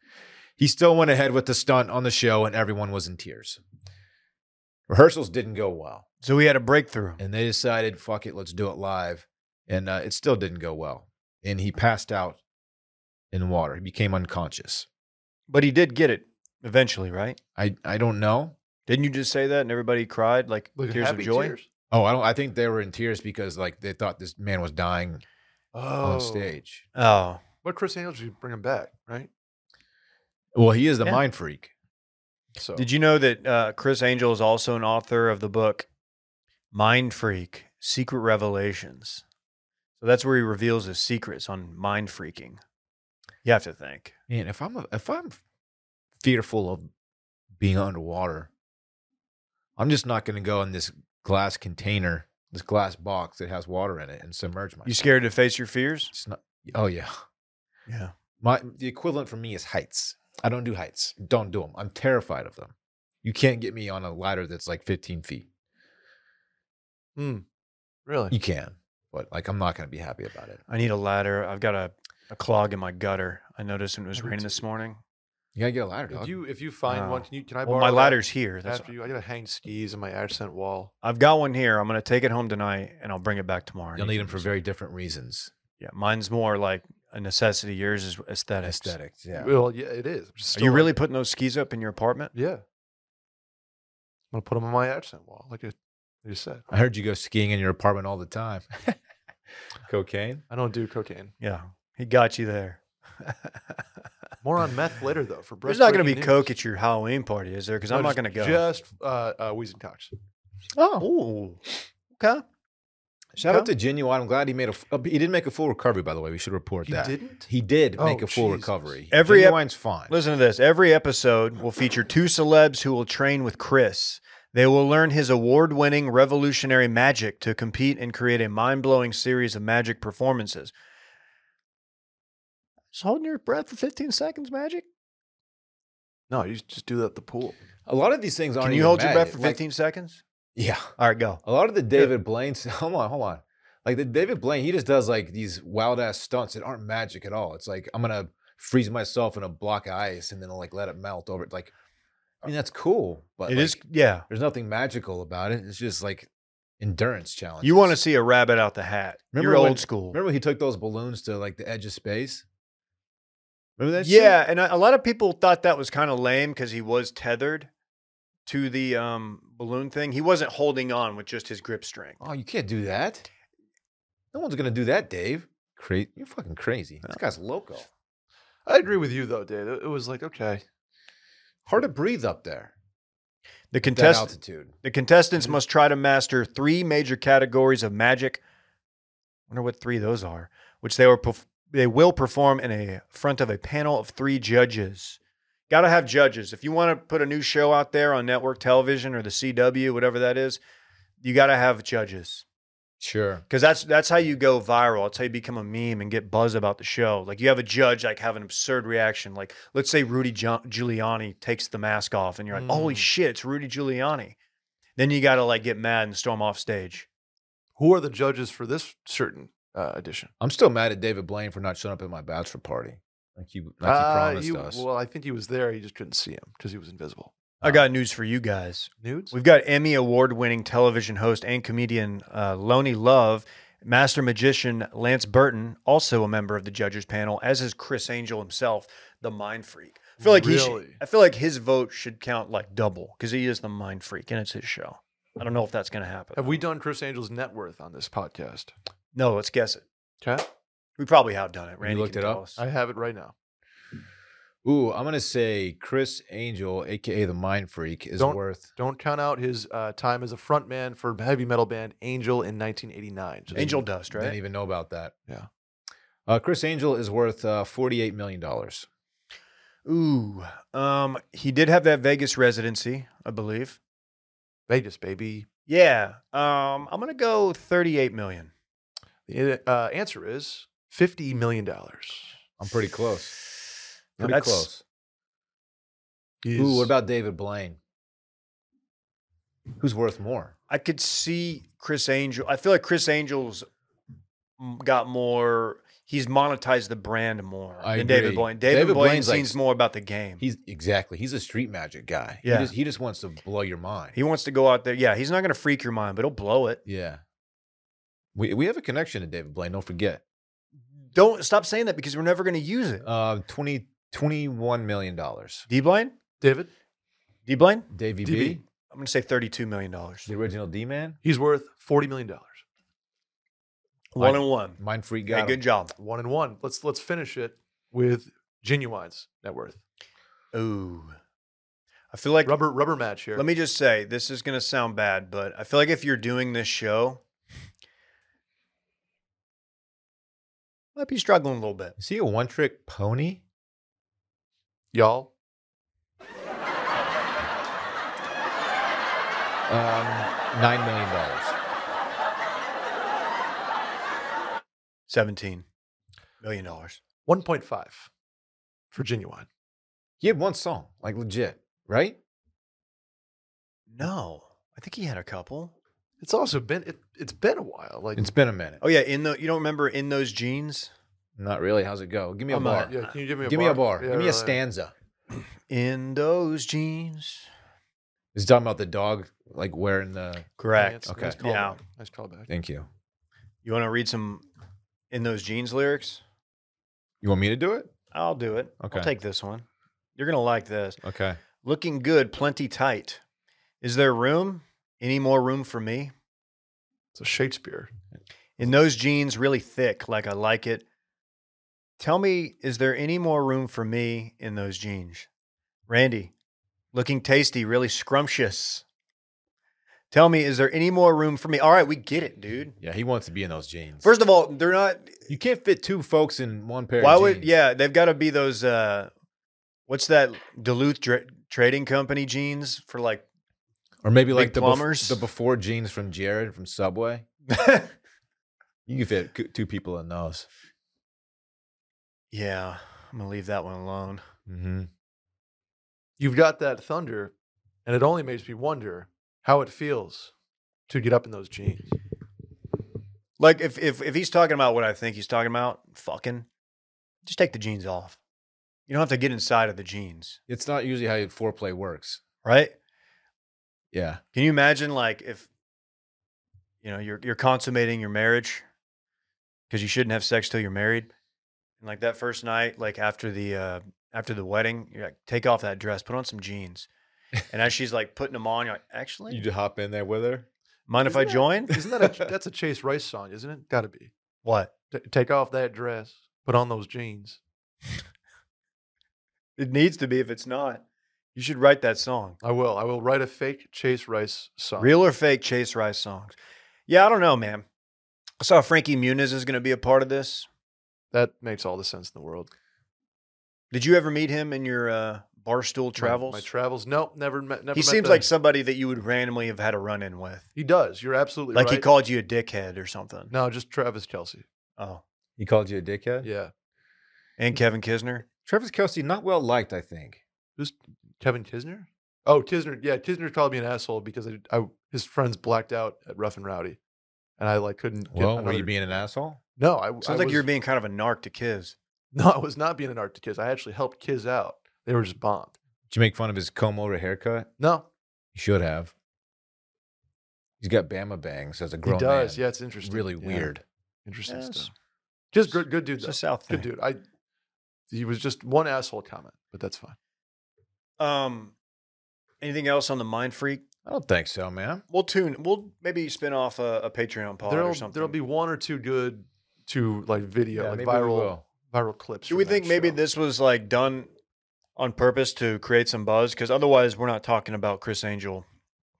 S4: he still went ahead with the stunt on the show, and everyone was in tears. Rehearsals didn't go well,
S1: So he had a breakthrough.
S4: and they decided, "Fuck it, let's do it live," and uh, it still didn't go well. And he passed out in water. He became unconscious.
S1: But he did get it eventually, right?
S4: I I don't know.
S1: Didn't you just say that and everybody cried like
S3: Look,
S1: tears of
S3: happy
S1: joy?
S3: tears.
S4: Oh, I don't. I think they were in tears because like they thought this man was dying
S3: Oh,
S4: on stage.
S1: Oh,
S3: What Chris Angel should bring him back, right?
S4: Well, he is the
S1: Yeah.
S4: mind freak.
S3: So
S1: did you know that uh, Chris Angel is also an author of the book Mind Freak: Secret Revelations? So that's where he reveals his secrets on mind freaking. You have to think.
S4: Man, if I'm a, if I'm fearful of being underwater, I'm just not going to go in this glass container, this glass box that has water in it, and submerge myself.
S1: You scared to face your fears?
S4: It's not. Oh yeah,
S1: Yeah.
S4: my the equivalent for me is heights. I don't do heights. Don't do them. I'm terrified of them. You can't get me on a ladder that's like 15 feet.
S3: really?
S4: You can, but like I'm not going to be happy about it.
S1: I need a ladder. I've got a, a clog in my gutter. I noticed when it was
S3: I do
S1: raining
S3: too.
S1: this morning.
S4: You gotta get a ladder, dog.
S3: If you if you find one,
S1: Oh.
S3: can you can I borrow
S1: Well, my
S3: that
S1: ladder's here. That's
S3: after you? I gotta hang skis on my accent wall.
S1: I've got one here. I'm gonna take it home tonight and I'll bring it back tomorrow.
S4: You'll
S1: You
S4: need
S1: can
S4: them for
S1: use it.
S4: very different reasons.
S1: Yeah, mine's more like a necessity. Yours is aesthetics.
S4: Aesthetics, yeah.
S3: Well, yeah, it is. I'm just
S1: Are you
S3: still-
S1: really putting those skis up in your apartment?
S3: Yeah. I'm gonna put them on my accent wall, like I like you said.
S4: I heard you go skiing in your apartment all
S1: [LAUGHS]
S4: the time. Cocaine?
S3: I don't do cocaine.
S1: Yeah, he got you there.
S3: More on meth later though. For
S1: There's not going to
S3: breathtaking
S1: be
S3: news.
S1: coke at your Halloween party, is there? Because
S3: No,
S1: I'm not
S3: just-
S1: going to go.
S3: Just uh, uh, wheezing cocks.
S4: Oh,
S1: oh, okay.
S4: shout out to Genuine. I'm glad he made a. f- uh, He didn't make a full recovery, by the way. We should report
S3: He
S4: that
S3: didn't.
S4: he did
S3: Oh,
S4: make a full
S3: Jesus.
S4: recovery.
S1: Every ep-
S4: Genuine's fine.
S1: Listen to this. Every episode will feature two celebs who will train with Chris. They will learn his award winning revolutionary magic to compete and create a mind blowing series of magic performances. Just holding your breath for 15 seconds, magic?
S3: No, you just do that at the pool.
S4: a lot of these things aren't.
S1: Can you
S4: even
S1: hold your
S4: mad.
S1: breath for
S4: Like-
S1: 15 seconds?
S4: yeah.
S1: All right, go.
S4: A lot of the David Blaine. [LAUGHS] Hold on, hold on. Like the David Blaine, he just does like these wild ass stunts that aren't magic at all. It's like I'm gonna freeze myself in a block of ice and then like let it melt over. it. Like, I mean that's cool, but
S1: It is,
S4: like,
S1: yeah.
S4: There's nothing magical about it. It's just like endurance challenge.
S1: You want to see a rabbit out the hat.
S4: Remember
S1: You're
S4: when-
S1: old school.
S4: remember he took those balloons to like the edge of space. Remember that? shit?
S1: yeah, and a a lot of people thought that was kind of lame because he was tethered to the um, balloon thing. He wasn't holding on with just his grip strength.
S4: Oh, you can't do that. No one's gonna do that, Dave. Cra- You're fucking crazy. This guy's loco.
S3: I agree with you though, Dave. It it was like okay,
S4: Hard to breathe up there.
S1: The
S4: at that Mm-hmm.
S1: contest,
S4: altitude.
S1: the contestants must try to master three major categories of magic. Wonder what three those are. Which they were perf- they will perform in a front of a panel of three judges. Got to have judges if you want to put a new show out there on network television or the CW, whatever that is. You got to have judges.
S4: Sure.
S1: Because that's that's how you go viral. That's how you become a meme and get buzz about the show. Like you have a judge like have an absurd reaction. Like let's say Rudy Gi- Giuliani takes the mask off, and you're like, holy
S3: Mm.
S1: shit, it's Rudy Giuliani. Then you got to like get mad and storm off stage.
S3: Who are the judges for this certain uh, edition?
S4: I'm still mad at David Blaine for not showing up at my bachelor party. Like he, like he
S3: Uh,
S4: promised
S3: he-
S4: us.
S3: Well, I think he was there. You just couldn't see him because he was invisible.
S1: I got news for you guys.
S3: Nudes?
S1: We've got Emmy award-winning television host and comedian uh, Lonnie Love, master magician Lance Burton, also a member of the judges panel, as is Chris Angel himself, the mind freak. I feel like he should,
S3: Really?
S1: I feel like his vote should count like double because he is the mind freak and it's his show. I don't know if that's going to happen.
S3: Have we done Chris Angel's net worth on this podcast?
S1: No, let's guess it.
S3: Okay.
S1: We probably have done it. Randy
S4: looked
S1: can
S4: it
S1: tell
S4: up?
S1: us.
S3: I have it right now.
S4: Ooh, I'm gonna say Chris Angel, aka the Mind Freak, is
S3: Don't-
S4: worth.
S3: Don't count out his uh, time as a frontman for heavy metal band Angel in 1989. Just-
S1: Angel dust,
S4: Didn't
S1: right?
S4: even know about that.
S3: Yeah.
S4: Uh, Chris Angel is worth uh, forty-eight million dollars.
S1: Ooh, um, he did have that Vegas residency, I believe.
S3: Vegas, baby.
S1: Yeah, um, I'm gonna go 38 million.
S3: The uh, answer is $50 million.
S4: I'm pretty close. Pretty
S1: That's-
S4: close.
S3: He's-
S4: Ooh, what about David Blaine? Who's worth more?
S1: I could see Chris Angel. I feel like Chris Angel's m- got more. He's monetized the brand more
S4: I
S1: than David
S4: agree.
S1: Blaine. David,
S4: David
S1: Blaine
S4: Blaine's like-
S1: seems more about the game. He,
S4: He's exactly. He's a street magic guy.
S1: Yeah.
S4: He just, he just wants to blow your mind.
S1: wants to go out there. Yeah, he's not going to freak your mind, but he'll blow it.
S4: yeah. We we have a connection to David Blaine. Don't forget.
S1: Don't stop saying that because we're never going to use it.
S4: Uh, 20, 21 million dollars.
S1: D Blaine,
S3: David?
S1: D Blaine.
S4: Davey
S3: DB.
S4: B,
S1: I'm going to say 32 million dollars.
S4: the original D man,
S3: He's worth $40 million.
S1: One
S4: I-
S1: and one.
S4: mind freak guy.
S1: Hey, good job.
S3: One and one. Let's let's finish it with Genuine's net worth.
S1: Ooh, I feel like
S3: Rubber rubber match here.
S1: Let me just say, this is going to sound bad, but I feel like if you're doing this show, might be struggling a little bit.
S4: Is he a one trick pony?
S3: y'all.
S4: Um, nine million dollars.
S1: 17 million dollars.
S3: 1.5 for Genuine.
S4: He had one song, like legit, right?
S1: No, I think he had a couple.
S3: It's also been it, it's been a while. Like
S4: It's been a minute.
S1: Oh yeah, in the you don't remember in those jeans?
S4: Not really. How's it go? Give me a
S1: I'm
S4: bar.
S1: out.
S3: yeah, can you give me a
S4: Give
S3: bar?
S4: me a bar.
S3: Yeah,
S4: Give me
S3: really.
S4: a stanza.
S1: In those jeans.
S4: He's talking about the dog, like wearing the.
S1: Correct.
S3: Nice-
S4: Okay.
S3: Nice callback.
S1: Yeah.
S3: Nice callback.
S4: Thank you.
S1: You want to read some in those jeans lyrics?
S4: You want me to do it?
S1: I'll do it.
S4: Okay.
S1: I'll take this one. You're going to like this.
S4: Okay.
S1: Looking good, plenty tight. Is there room? Any more room for me?
S3: So Shakespeare.
S1: In those jeans, really thick, like I like it. Tell me, is there any more room for me in those jeans? Randy, looking tasty, really scrumptious. Tell me, is there any more room for me? All right, we get it, dude.
S4: Yeah, he wants to be in those jeans.
S1: First of all, they're not.
S4: you can't fit two folks in one pair.
S1: Why
S4: of
S1: would?
S4: jeans.
S1: Yeah, they've got to be those. uh What's that Duluth dra- Trading Company jeans for like?
S4: Or maybe
S1: Big
S4: like the, bef-
S1: plumbers?
S4: the before jeans from Jared from Subway. You can fit c- two people in those.
S1: yeah, I'm gonna leave that one alone.
S4: Mm-hmm.
S3: You've got that thunder, and it only makes me wonder how it feels to get up in those jeans.
S1: Like if if if he's talking about what I think he's talking about, fucking, just take the jeans off. You don't have to get inside of the jeans,
S4: It's not usually how foreplay works.
S1: right?
S4: Yeah.
S1: Can you imagine like if you know you're you're consummating your marriage because you shouldn't have sex till you're married, and like that first night, like after the uh after the wedding, you're like take off that dress, put on some jeans, and as she's like putting them on, you're like actually,
S4: just hop in there with her.
S1: mind if I
S3: Isn't that-
S1: join?
S3: Isn't
S4: [LAUGHS]
S3: that [LAUGHS] a, that's a Chase Rice song, isn't it? Got to be.
S1: What?
S3: T- take off that dress, put on those jeans.
S1: It needs to be if it's not. You should write that song.
S3: I will. I will write a fake Chase Rice song.
S1: Real or fake Chase Rice songs? Yeah, I don't know, man. I saw Frankie Muniz is going to be a part of this.
S3: That makes all the sense in the world.
S1: Did you ever meet him in your uh, Barstool Travels?
S3: My, my travels. Nope, never met. Never
S1: he
S3: met
S1: seems
S3: the-
S1: like somebody that you would randomly have had a run in with.
S3: he does. You're absolutely
S1: Like
S3: right.
S1: he called you a dickhead or something.
S3: No, just Travis Kelsey.
S1: Oh.
S4: He called you a dickhead.
S3: Yeah,
S1: And Kevin Kisner.
S4: Travis Kelsey not well liked, I think.
S3: Kevin Kisner. Oh, Kisner. Yeah, Kisner called me an asshole because I, I his friends blacked out at Rough and Rowdy, and I like couldn't. Get
S4: Well, were
S3: another-
S4: you being an asshole?
S3: No, I
S1: Sounds
S3: I
S1: like you're
S3: was-
S1: being kind of a narc to Kiz.
S3: [LAUGHS] No, I was not being an art to kids. I actually helped kids out. They were just bombed.
S4: Did you make fun of his comb over haircut?
S3: No,
S4: You should have. He's got Bama bangs as a
S3: he
S4: grown
S3: does.
S4: man.
S3: Yeah, it's interesting.
S4: really
S3: Yeah,
S4: weird.
S3: Interesting
S1: Yes.
S3: stuff. Just good, good dude.
S1: It's
S3: Though.
S1: a South
S3: Good
S1: thing.
S3: dude. I. He was just one asshole comment, but that's fine.
S1: Um, anything else on the Mind Freak?
S4: I don't think so, man.
S1: We'll tune. We'll maybe spin off a, a Patreon pod
S3: there'll
S1: or something.
S3: there'll be one or two good to like video, like
S4: maybe we
S3: viral
S4: will.
S3: viral clips.
S1: Do we
S3: from that
S1: think maybe
S3: show.
S1: this was like done on purpose to create some buzz? Because otherwise, we're not talking about Chris Angel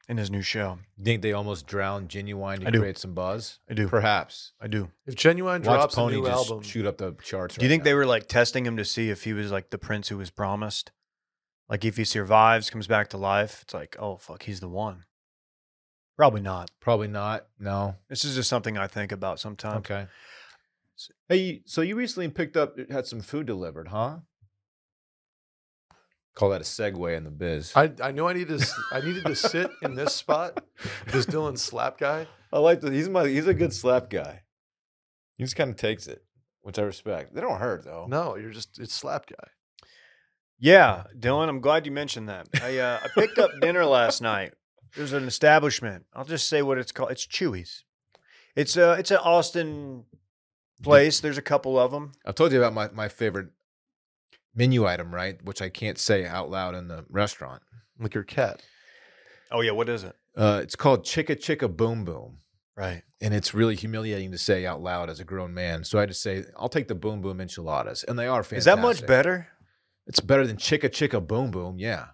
S1: in his new show.
S4: You think they almost drowned genuine to
S1: I do.
S4: create some buzz?
S1: I do.
S4: Perhaps.
S1: I do.
S3: if Genuine
S4: Watch
S3: drops
S4: Pony
S3: a new
S4: just
S3: album?
S4: shoot up the charts.
S1: Do you think they were like testing him to see if he was like the prince who was promised? Like if he survives, comes back to life, it's like, oh fuck, he's the one. Probably not.
S4: Probably not. No.
S1: This is just something I think about sometimes.
S4: Okay. Um, Hey, you- so you recently picked up, uh, had some food delivered, huh? Call that a segue in the biz.
S3: [LAUGHS]
S4: [LAUGHS]
S3: I I knew I needed to s- I needed to sit in this spot. This Dylan slap guy.
S4: I like that. He's my. He's a good slap guy. He just kind of takes it, which I respect. They don't hurt though.
S3: No, you're just it's slap guy.
S1: Yeah, Dylan, I'm glad you mentioned that. I uh, I picked up dinner last night. There's an establishment. I'll just say what it's called. It's Chewy's. It's a it's an Austin place. There's a couple of them.
S4: I've told you about my my favorite menu item, right? Which I can't say out loud in the restaurant.
S3: Like your cat.
S1: Oh yeah, what is it?
S4: Uh, it's called Chicka Chicka Boom Boom,
S1: Right.
S4: and it's really humiliating to say out loud as a grown man. So I had to say, "I'll take the Boom Boom enchiladas," and they are fantastic.
S1: Is that much better?
S4: It's better than Chicka Chicka Boom Boom. Yeah.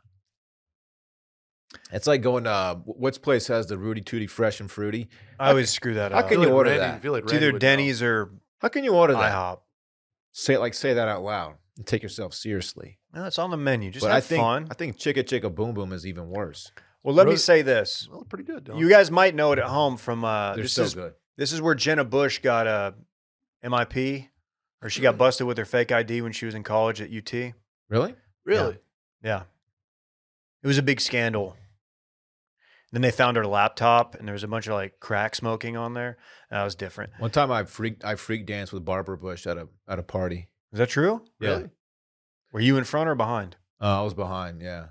S4: It's like going. Uh, what's place has the Rudy Tooty Fresh and Fruity?
S1: I always screw that
S4: how
S1: up.
S4: can
S3: I feel
S4: you
S3: like
S4: order
S3: Randy-
S4: that?
S3: I feel like
S1: it's
S3: Randy
S1: either
S3: would know.
S1: Denny's or
S4: How can you order that?
S1: IHOP.
S4: say like say that out loud and take yourself seriously.
S1: No, it's on the menu. Just
S4: but
S1: have
S4: I think
S1: fun.
S4: I think Chicka Chicka Boom Boom is even worse.
S1: Well, let me
S3: Ro-
S1: say this.
S3: Well, pretty good. Dylan.
S1: You guys might know it at home from uh,
S4: They're
S1: this
S4: so
S1: is
S4: good.
S1: This is where Jenna Bush got a MIP, or she
S4: Mm.
S1: got busted with her fake ID when she was in college at UT.
S4: Really?
S3: really?
S1: Yeah. It was a big scandal. Then they found her laptop and there was a bunch of like crack smoking on there. That was different.
S4: One time I freaked I freaked danced with Barbara Bush at a at a party.
S1: Is that true?
S4: Yeah.
S3: Really?
S1: Were you in front or behind?
S4: Uh, I was behind. Yeah.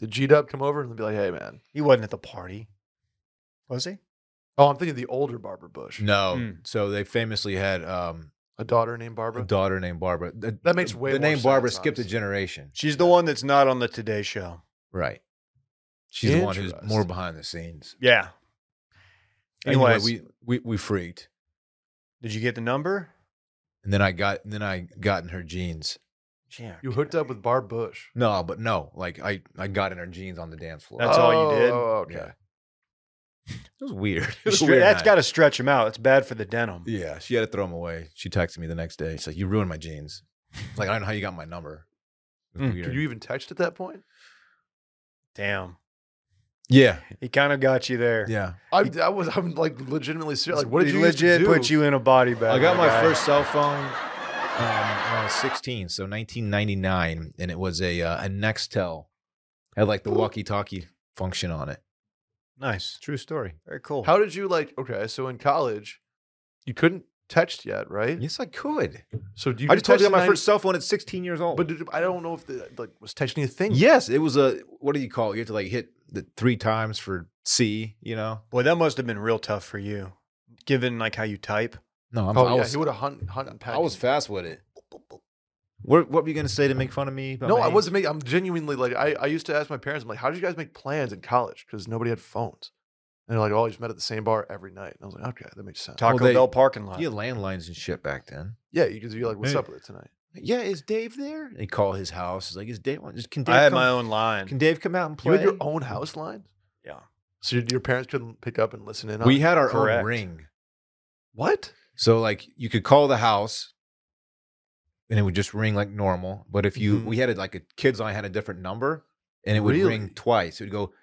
S3: Did G Dub come over and be like, "Hey, man"?
S1: He wasn't at the party. Was he?
S3: Oh, I'm thinking the older Barbara Bush,
S4: No.
S1: Mm.
S4: So they famously had um,
S3: a daughter named
S4: a
S3: Barbara.
S4: daughter named Barbara. The-
S3: That makes way
S4: the
S3: more
S4: name Barbara
S3: sense,
S4: skipped a
S3: honestly.
S4: generation.
S1: She's the one that's not on the Today Show.
S4: Right. She's the one who's more
S3: Interesting.
S4: behind the scenes.
S1: Yeah.
S4: Anyway,
S1: Anyways,
S4: we, we we freaked,
S1: did you get the number?
S4: and then I got and then I got in her jeans.
S1: Yeah.
S3: You hooked up with Barb Bush.
S4: No, but no, like I I got in her jeans on the dance floor.
S1: That's all you did?
S3: Oh, okay.
S4: Yeah. [LAUGHS] It was weird. It
S1: That's
S4: was a weird night.
S1: got to stretch him out. It's bad for the denim.
S4: Yeah, she had to throw them away. She texted me the next day. She's like, "You ruined my jeans." It's like I don't know how you got my number. It was
S1: Mm.
S4: weird.
S3: Did you even text at that point?
S1: Damn.
S4: [LAUGHS] yeah,
S1: He kind of got you there.
S4: yeah.
S3: I, I was I'm like legitimately serious. Like, what did
S1: he
S3: you used to
S1: legit
S3: do?
S1: put you in a body bag?
S4: I got my
S1: guy.
S4: first cell phone um, when I was 16, so 1999, and it was a uh, a Nextel. Had like the walkie-talkie function on it.
S1: Nice.
S4: True story.
S1: Very cool.
S3: How did you like? Okay, so in college, you couldn't text yet, right?
S4: Yes, I could.
S3: So do you?
S4: I
S3: could
S4: just told you I
S3: text
S4: got my
S3: at
S4: first cell phone at 16 years
S3: 90
S4: old.
S3: But did, I don't know if the, like was texting a thing.
S4: yes, it was a what do you call it? You have to like hit the three times for C. You know.
S1: Boy, that must have been real tough for you, given like how you type.
S4: No, I'm,
S3: Oh
S4: I
S3: yeah,
S4: was
S3: he would have hunt hunt and
S4: I was fast with it. What, what were you gonna say to make fun of me? about
S3: No,
S4: my
S3: I
S4: age?
S3: wasn't making. I'm genuinely like I, I used to ask my parents. I'm like, how did you guys make plans in college? Because nobody had phones. And they're like, oh, you just met at the same bar every night. And I was like, okay, that makes sense.
S1: Taco
S4: they-
S1: Bell parking lot.
S4: You had landlines and shit back then.
S3: yeah, you could be like, what's
S4: Hey.
S3: up with it tonight?
S4: Yeah, is Dave there? They call his house. It's like, is Dave? Just can Dave
S1: I had
S4: come,
S1: my own line.
S4: Can Dave come out and
S3: You
S4: play?
S3: had your own house line.
S1: Yeah.
S3: So your, your parents couldn't pick up and listen in. On
S4: we
S3: it?
S4: had our
S1: Correct.
S4: own ring,
S3: what?
S4: so like you could call the house, and it would just ring like normal. But if you
S3: Mhm.
S4: we had it like a kids line had a different number, and it would
S3: Really?
S4: ring twice. It would go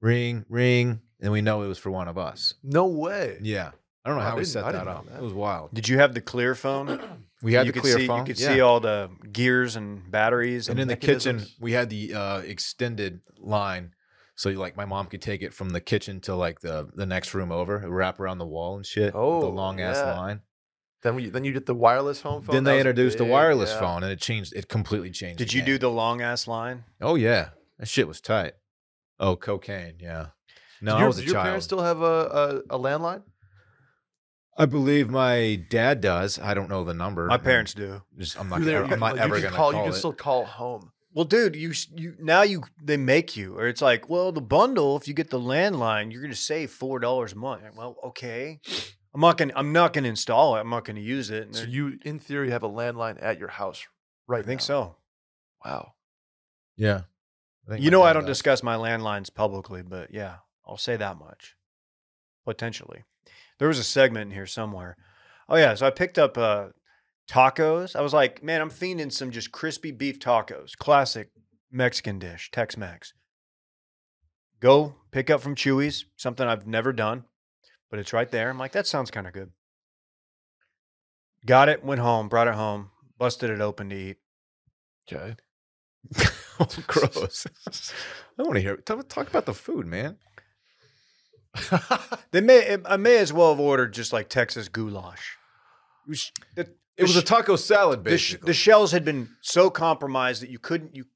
S4: ring, ring, and we know it was for one of us.
S3: No way.
S4: Yeah, I don't know
S3: Oh, I
S4: how we
S3: didn't-
S4: set
S3: I
S4: that
S3: didn't know
S4: up.
S3: that.
S4: It was wild.
S1: Did you have the clear
S4: [CLEARS THROAT]
S1: phone?
S4: We had
S1: you
S4: the
S1: could
S4: clear
S1: see,
S4: phone.
S1: You could
S4: yeah.
S1: see all the gears and batteries,
S4: and
S1: and,
S4: in the kitchen
S3: mechanisms.
S4: we had the uh, extended line so like my mom could take it from the kitchen to like the the next room over and wrap around the wall and shit
S3: Oh,
S4: the long ass
S3: yeah.
S4: line
S3: Then we then you did the wireless home phone.
S4: then
S3: That
S4: they
S3: was a
S4: introduced the
S3: big-
S4: wireless
S3: yeah.
S4: phone and it changed it completely changed
S1: did you do the long ass line?
S4: the game. oh yeah that shit was tight oh cocaine yeah no
S3: Did
S4: i
S3: your,
S4: was a
S3: did your
S4: child
S3: parents still have a, a, a landline?
S4: i believe my dad does i don't know the number
S1: My
S4: I'm
S1: parents do.
S4: just, i'm not,
S3: You- there-
S4: ever,
S3: you-
S4: I'm not
S3: like,
S4: ever
S3: you can
S4: gonna
S3: call,
S4: call,
S3: You can
S4: it.
S3: still call home.
S1: Well, dude, you s- you now you they make you, or it's like, well, the bundle. If you get the landline, you're going to save four dollars a month. Well, okay, I'm not going. to I'm not going to install it. I'm not going to use it. And
S3: So
S1: they're-
S3: you, in theory, have a landline at your house right
S1: I think
S3: now.
S1: so.
S3: Wow.
S4: yeah I think
S1: You
S4: my
S1: know,
S4: dad
S1: I don't
S4: does.
S1: discuss my landlines publicly, but yeah, I'll say that much. Potentially, there was a segment in here somewhere. Oh yeah, so I picked up uh, tacos. I was like, man, I'm fiending some just crispy beef tacos, classic Mexican dish, Tex-Mex. Go pick up from Chewy's, something I've never done, but it's right there. I'm like, that sounds kind of good. Got it, went home, brought it home, busted it open to eat.
S3: Okay. [LAUGHS]
S4: oh, gross [LAUGHS] i want to hear talk, talk about the food man
S3: [LAUGHS]
S1: They may I may as well have ordered just like Texas goulash. It was, the,
S4: It was a taco salad,
S1: the, sh-
S4: basically.
S1: the shells had been so compromised that you couldn't you.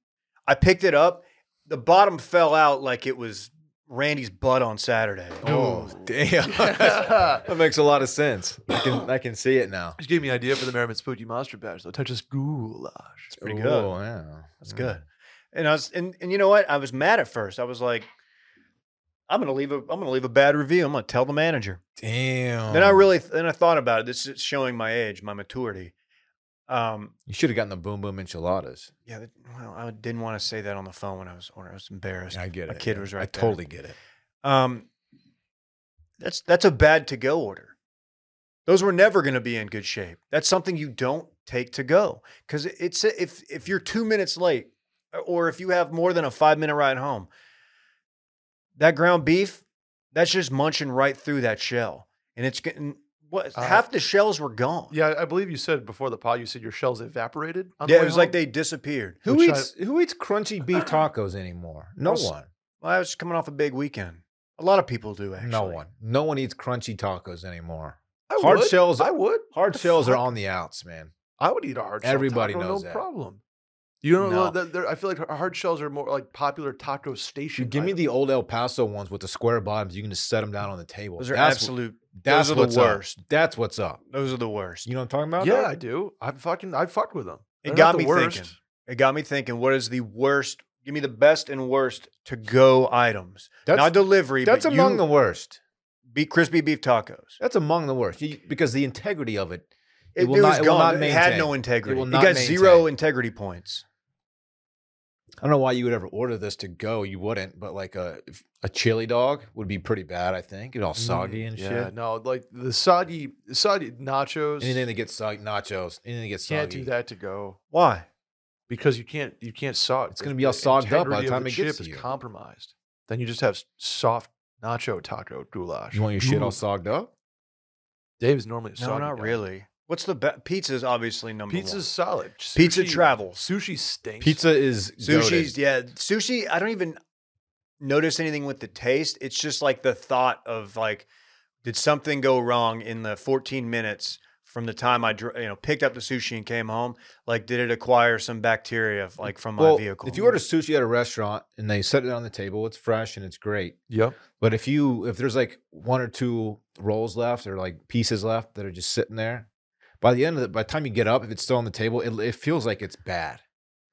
S1: I picked it up. The bottom fell out like it was Randy's butt on Saturday.
S4: oh, [LAUGHS]
S3: [LAUGHS]
S4: damn. that makes a lot of sense. I can I can see it now.
S3: Just gave me an idea for the Merriman Spooky Monster Bash, though. Texas goulash.
S1: pretty
S4: Ooh,
S1: good.
S4: wow.
S1: That's good. And I was and, and you know what? I was mad at first. I was like, I'm gonna leave a I'm gonna leave a bad review. I'm gonna tell the manager.
S4: Damn.
S1: Then I really then I thought about it. This is showing my age, my maturity. Um,
S4: You should have gotten the boom boom enchiladas.
S1: Yeah, that, well, I didn't want to say that on the phone when I was ordering. I was embarrassed.
S4: I get
S1: My
S4: it.
S1: kid was right
S4: I
S1: there.
S4: totally get it.
S1: Um, that's that's a bad to go order. Those were never going to be in good shape. That's something you don't take to go because it's if if you're two minutes late uh, or if you have more than a five minute ride home, that ground beef, that's just munching right through that shell, and it's getting what
S3: Uh,
S1: half the shells were gone.
S3: Yeah, I- I believe you said before the pod, you said your shells evaporated. On the
S1: yeah,
S3: way
S1: it was like
S3: home?
S1: they disappeared.
S4: Who
S3: Which I-
S4: eats who eats crunchy [CLEARS THROAT] beef tacos anymore? No
S1: Also-
S4: one.
S1: Well, I was coming off a big weekend. A lot of people do actually.
S4: No one. No one eats crunchy tacos anymore.
S3: I
S4: hard
S3: would.
S4: shells-
S3: I would.
S4: Hard
S3: The
S4: shells are
S3: fuck?
S4: on the outs, man.
S3: I would eat a hard shell.
S4: Everybody
S3: taco,
S4: knows
S3: no
S4: that.
S3: problem. You don't
S4: No.
S3: know. that- there- I feel like hard shells are more like popular taco station.
S4: Dude, give me
S3: items.
S4: the old El Paso ones with the square bottoms. You can just set them down on the table.
S1: Those are
S4: That's-
S1: absolute.
S4: that's
S1: those are the
S4: what's up.
S1: worst.
S4: That's what's up.
S1: Those are the worst.
S4: You know what I'm talking about?
S3: Yeah,
S4: dog?
S3: I do. I'm fucking. I fucked with them.
S1: It
S3: They're not
S1: got
S3: the
S1: me
S3: worst.
S1: thinking. It got me thinking. What is the worst? Give me the best and worst to go items.
S4: That's,
S1: Not delivery.
S4: that's
S1: but
S4: among
S1: you
S4: the worst.
S1: be crispy beef tacos.
S4: That's among the worst you, because the integrity of it.
S1: It,
S4: will
S1: it
S4: not-
S1: was
S4: it will
S1: gone.
S4: not
S1: It had
S4: maintain.
S1: no
S4: It
S1: integrity.
S4: will
S1: It,
S4: not
S1: got zero
S4: maintain.
S1: integrity points.
S4: I don't know why you would ever order this to go. You wouldn't, but like a if- a chili dog would be pretty bad. I think it all
S1: Mm,
S4: soggy and
S3: Yeah,
S4: shit.
S3: no, like the soggy, soggy nachos.
S4: Anything that gets soggy, nachos. Anything that gets
S3: can't
S4: soggy.
S3: do that to go
S1: Why?
S3: because you can't. You can't saw it.
S4: It's gonna be all sogged up by
S3: integrity
S4: the
S3: of
S4: time it
S3: chip
S4: gets to
S3: is
S4: you.
S3: compromised. Then you just have s- soft nacho taco goulash.
S4: You want your shit all
S3: Ooh.
S4: sogged up?
S3: Dave's normally a
S1: No,
S3: soggy
S1: not
S3: guy.
S1: really. What's the best? Pizza's obviously number
S3: Pizza's solid.
S1: Pizza
S3: Sushi-
S1: travels.
S3: Sushi stinks.
S4: Pizza is
S1: one. Sushi's, yeah. Sushi, I don't even notice anything with the taste. It's just like the thought of like, did something go wrong in the 14 minutes from the time I, dr- you know, picked up the sushi and came home? Like, did it acquire some bacteria f- like from my
S4: Well,
S1: vehicle?
S4: if you order sushi at a restaurant and they set it on the table, it's fresh and it's great.
S3: Yep.
S4: But if you if there's like one or two rolls left or like pieces left that are just sitting there, by the end of the by the time you get up, if it's still on the table, it, it feels like it's bad.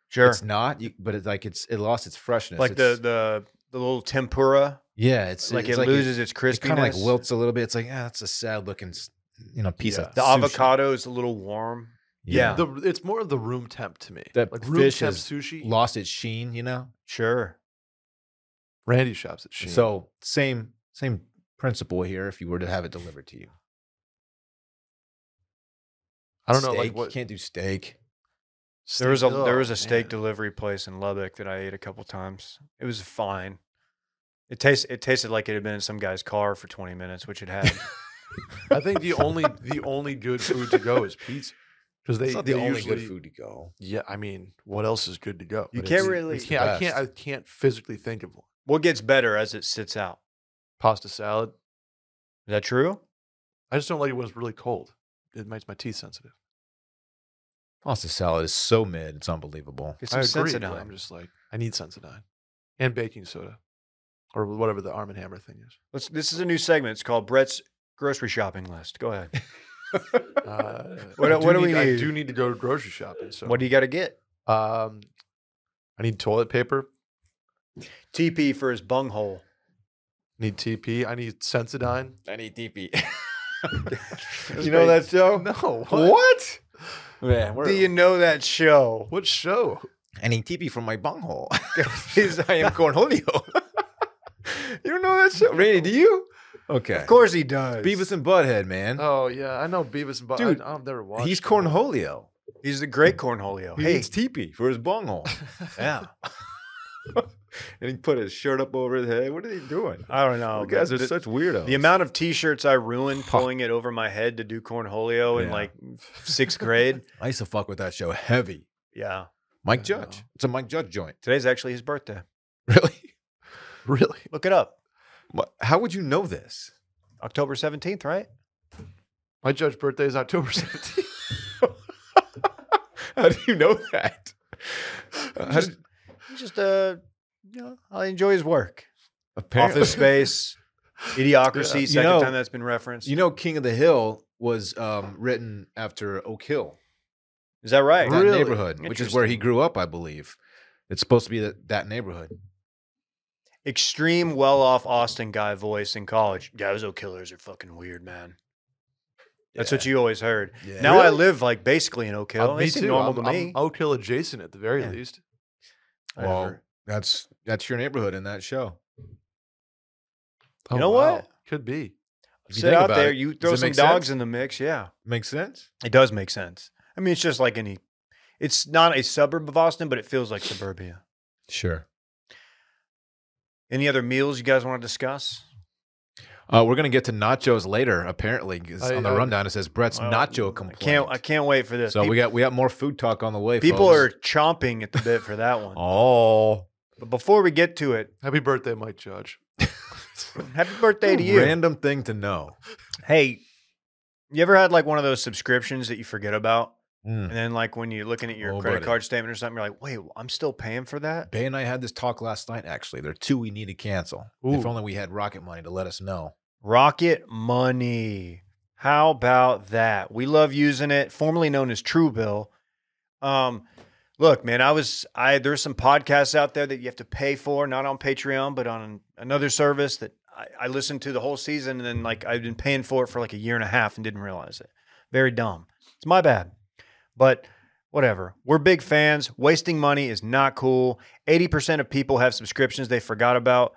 S1: sure,
S4: It's not, you, but it's like it's it lost its freshness.
S1: like the
S4: It's-
S1: the the little tempura,
S4: yeah, it's
S1: like
S4: it's
S1: it loses its
S4: It,
S1: crispiness.
S4: kind of like wilts a little bit. It's like yeah, that's a sad looking, s- you know, piece
S3: Yeah.
S4: of
S1: The
S4: sushi."
S1: avocado is a little warm. yeah.
S3: The, it's more of the room temp to me.
S4: That
S3: like room
S4: fish
S3: temp
S4: is
S3: sushi.
S4: lost its sheen. You know,
S1: Sure.
S3: Randy shops at Sheen.
S4: so same same principle here. If you were to have it delivered to you,
S3: I don't know,
S4: Steak,
S3: like what
S4: you can't do steak.
S1: There was a
S3: Steak-
S1: there
S3: oh,
S1: was a steak
S3: man.
S1: delivery place in Lubbock that I ate a couple times. It was fine. It tastes it tasted like it had been in some guy's car for 20 minutes, which it had.
S3: I think
S4: [LAUGHS]
S3: the only the only good food
S1: [LAUGHS]
S3: to go is pizza because they,
S2: it's not
S3: they
S2: the only
S3: usually
S2: good food to go.
S3: yeah. I mean, what else is good to go?
S1: You
S3: But
S1: can't
S3: it's-
S1: really-
S3: it's
S1: It's
S2: the
S3: can't- I can't. I
S2: best.
S3: can't physically think of one.
S1: what gets better as it sits out?
S3: Pasta salad.
S1: Is that true?
S3: I just don't like it when it's really cold. It makes my teeth sensitive.
S4: Pasta salad is so mid. It's unbelievable.
S1: Get
S3: I
S1: some
S3: agree, but I'm
S1: Sensodyne.
S3: just like I need Sensodyne and baking soda or whatever the Arm and Hammer thing is.
S1: Let's, this is a new segment. It's called Brett's grocery shopping list. Go ahead.
S3: Uh,
S1: [LAUGHS] What
S3: I
S1: do- what do we
S3: need, I
S1: need?
S3: do need to go to grocery shopping. So
S1: What do you got to get?
S3: you? Um, I need toilet paper.
S1: TP for his bunghole.
S3: I need TP. I need Sensodyne.
S2: I need
S4: [LAUGHS]
S3: [LAUGHS]
S2: DP.
S1: You know that
S2: show?
S3: No. [LAUGHS] What?
S2: What? Man, we're,
S1: Do you know that show?
S3: What show?
S2: I need TP from my
S4: [LAUGHS]
S2: bunghole. Because I am Cornholio. you don't know that show? Randy, do you?
S4: Okay.
S1: Of course he does.
S4: Beavis and Butthead, man.
S3: Oh yeah, I know Beavis and Butt.
S4: Dude,
S3: I, I've never watched.
S4: He's
S3: it.
S4: Cornholio.
S1: He's the great cornholio.
S4: He
S1: Hey,
S4: needs teepee for his [LAUGHS] bunghole.
S1: yeah.
S4: and he put his shirt up over his head. What are they doing?
S1: I don't know.
S4: you guys
S1: but
S4: are
S1: the,
S4: such weirdos.
S1: the amount of t-shirts I ruined pulling it over my head to do cornholio in
S4: Yeah.
S1: like sixth grade.
S4: I used to fuck with that show heavy.
S1: yeah.
S4: Mike
S3: I
S4: Judge.
S3: know.
S4: It's a Mike Judge joint.
S1: Today's actually his birthday.
S4: Really?
S3: [LAUGHS] Really?
S1: Look it up.
S4: What- How would you know this?
S1: October 17th, right?
S3: My judge's birthday is
S1: [LAUGHS]
S3: October seventeenth. [LAUGHS]
S4: How do you know that? Uh, how
S1: Just-
S4: did-
S1: He's just uh you know, I enjoy his work.
S4: apparently-
S1: Office
S4: [LAUGHS]
S1: space, idiocracy,
S3: Yeah.
S4: You
S1: second
S4: know-
S1: time that's been referenced.
S4: You know, King of the Hill was um, written after Oak Hill,
S1: Is that right?
S4: that
S3: Really?
S4: neighborhood, which is where he
S1: Interesting.
S4: grew up, I believe. It's supposed to be that, that neighborhood.
S1: Extreme well off Austin guy voice in college. Yeah, those old killers are fucking weird, man. That's what you always heard.
S4: Yeah.
S1: Now I
S3: Really?
S1: live like basically in Oak Hill.
S3: Uh,
S1: They seem normal
S3: I'm,
S1: to
S3: I'm
S1: me.
S3: Oak Hill adjacent at the very
S1: Yeah.
S3: least.
S1: I
S4: Well,
S1: never-
S4: that's that's your neighborhood in that show.
S1: You know what?
S3: Could be.
S4: If
S1: Sit
S4: you think
S1: out
S4: about
S1: there,
S4: it,
S1: you
S4: does
S1: throw
S4: it
S1: some
S4: make
S1: dogs
S4: sense?
S1: in the mix. Yeah,
S4: Makes sense.
S1: it does make sense. I mean, it's just like any. It's not a suburb of Austin, but it feels like suburbia.
S4: Sure.
S1: Any other meals you guys want to discuss?
S4: Uh, we're gonna get to nachos later. Apparently, 'cause
S3: I-
S4: on the
S3: I-
S4: rundown it says Brett's
S1: Well,
S4: nacho
S1: I
S4: complaint.
S1: can't. I can't wait for this.
S4: So
S1: people
S4: we got we got more food talk on the way.
S1: people are
S4: folks.
S1: chomping at the bit for that
S4: [LAUGHS]
S1: one.
S4: oh
S1: But before we get to it,
S3: Happy birthday, Mike Judge.
S1: happy birthday to you.
S4: Random thing to know.
S1: Hey, you ever had like one of those subscriptions that you forget about,
S4: Mm.
S1: and then like when you're looking at your
S4: Oh,
S1: credit
S4: buddy.
S1: card statement or something, you're like, wait, I'm still paying for that.
S4: Bay and I had this talk last night. Actually, there are two we need to cancel. If
S3: Ooh.
S4: only we had Rocket Money to let us know.
S1: Rocket Money. How about that? We love using it, formerly known as Truebill. Um, look, man, I was I there's some podcasts out there that you have to pay for, not on Patreon, but on another service that I, I listened to the whole season, and then like I've been paying for it for like a year and a half and didn't realize it. Very dumb. It's my bad, but whatever. We're big fans. Wasting money is not cool. Eighty percent of people have subscriptions they forgot about.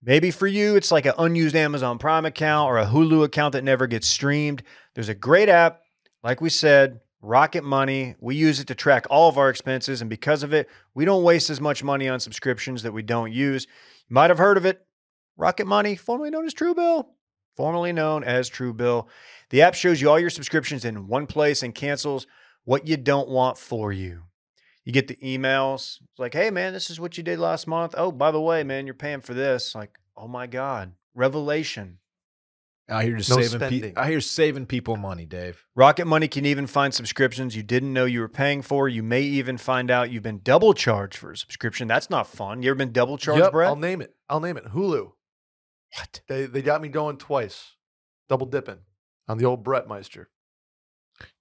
S1: Maybe for you, it's like an unused Amazon Prime account or a Hulu account that never gets streamed. There's a great app, like we said, Rocket Money. We use it to track all of our expenses, and because of it, we don't waste as much money on subscriptions that we don't use. You might have heard of it Rocket Money, formerly known as Truebill. Formerly known as Truebill. The app shows you all your subscriptions in one place and cancels what you don't want for you. You get the emails it's like, hey, man, this is what you did last month. Oh, by the way, man, you're paying for this. Like, oh my God, revelation.
S4: I hear just
S3: No
S4: saving. Pe-
S3: spending.
S4: I hear saving people money, Dave.
S1: Rocket Money can even find subscriptions you didn't know you were paying for. You may even find out you've been double charged for a subscription. That's not fun. You ever been double charged,
S3: Yep,
S1: Brett?
S3: I'll name it. I'll name it. Hulu.
S1: what?
S3: They they got me going twice, double dipping on the old Brett Meister.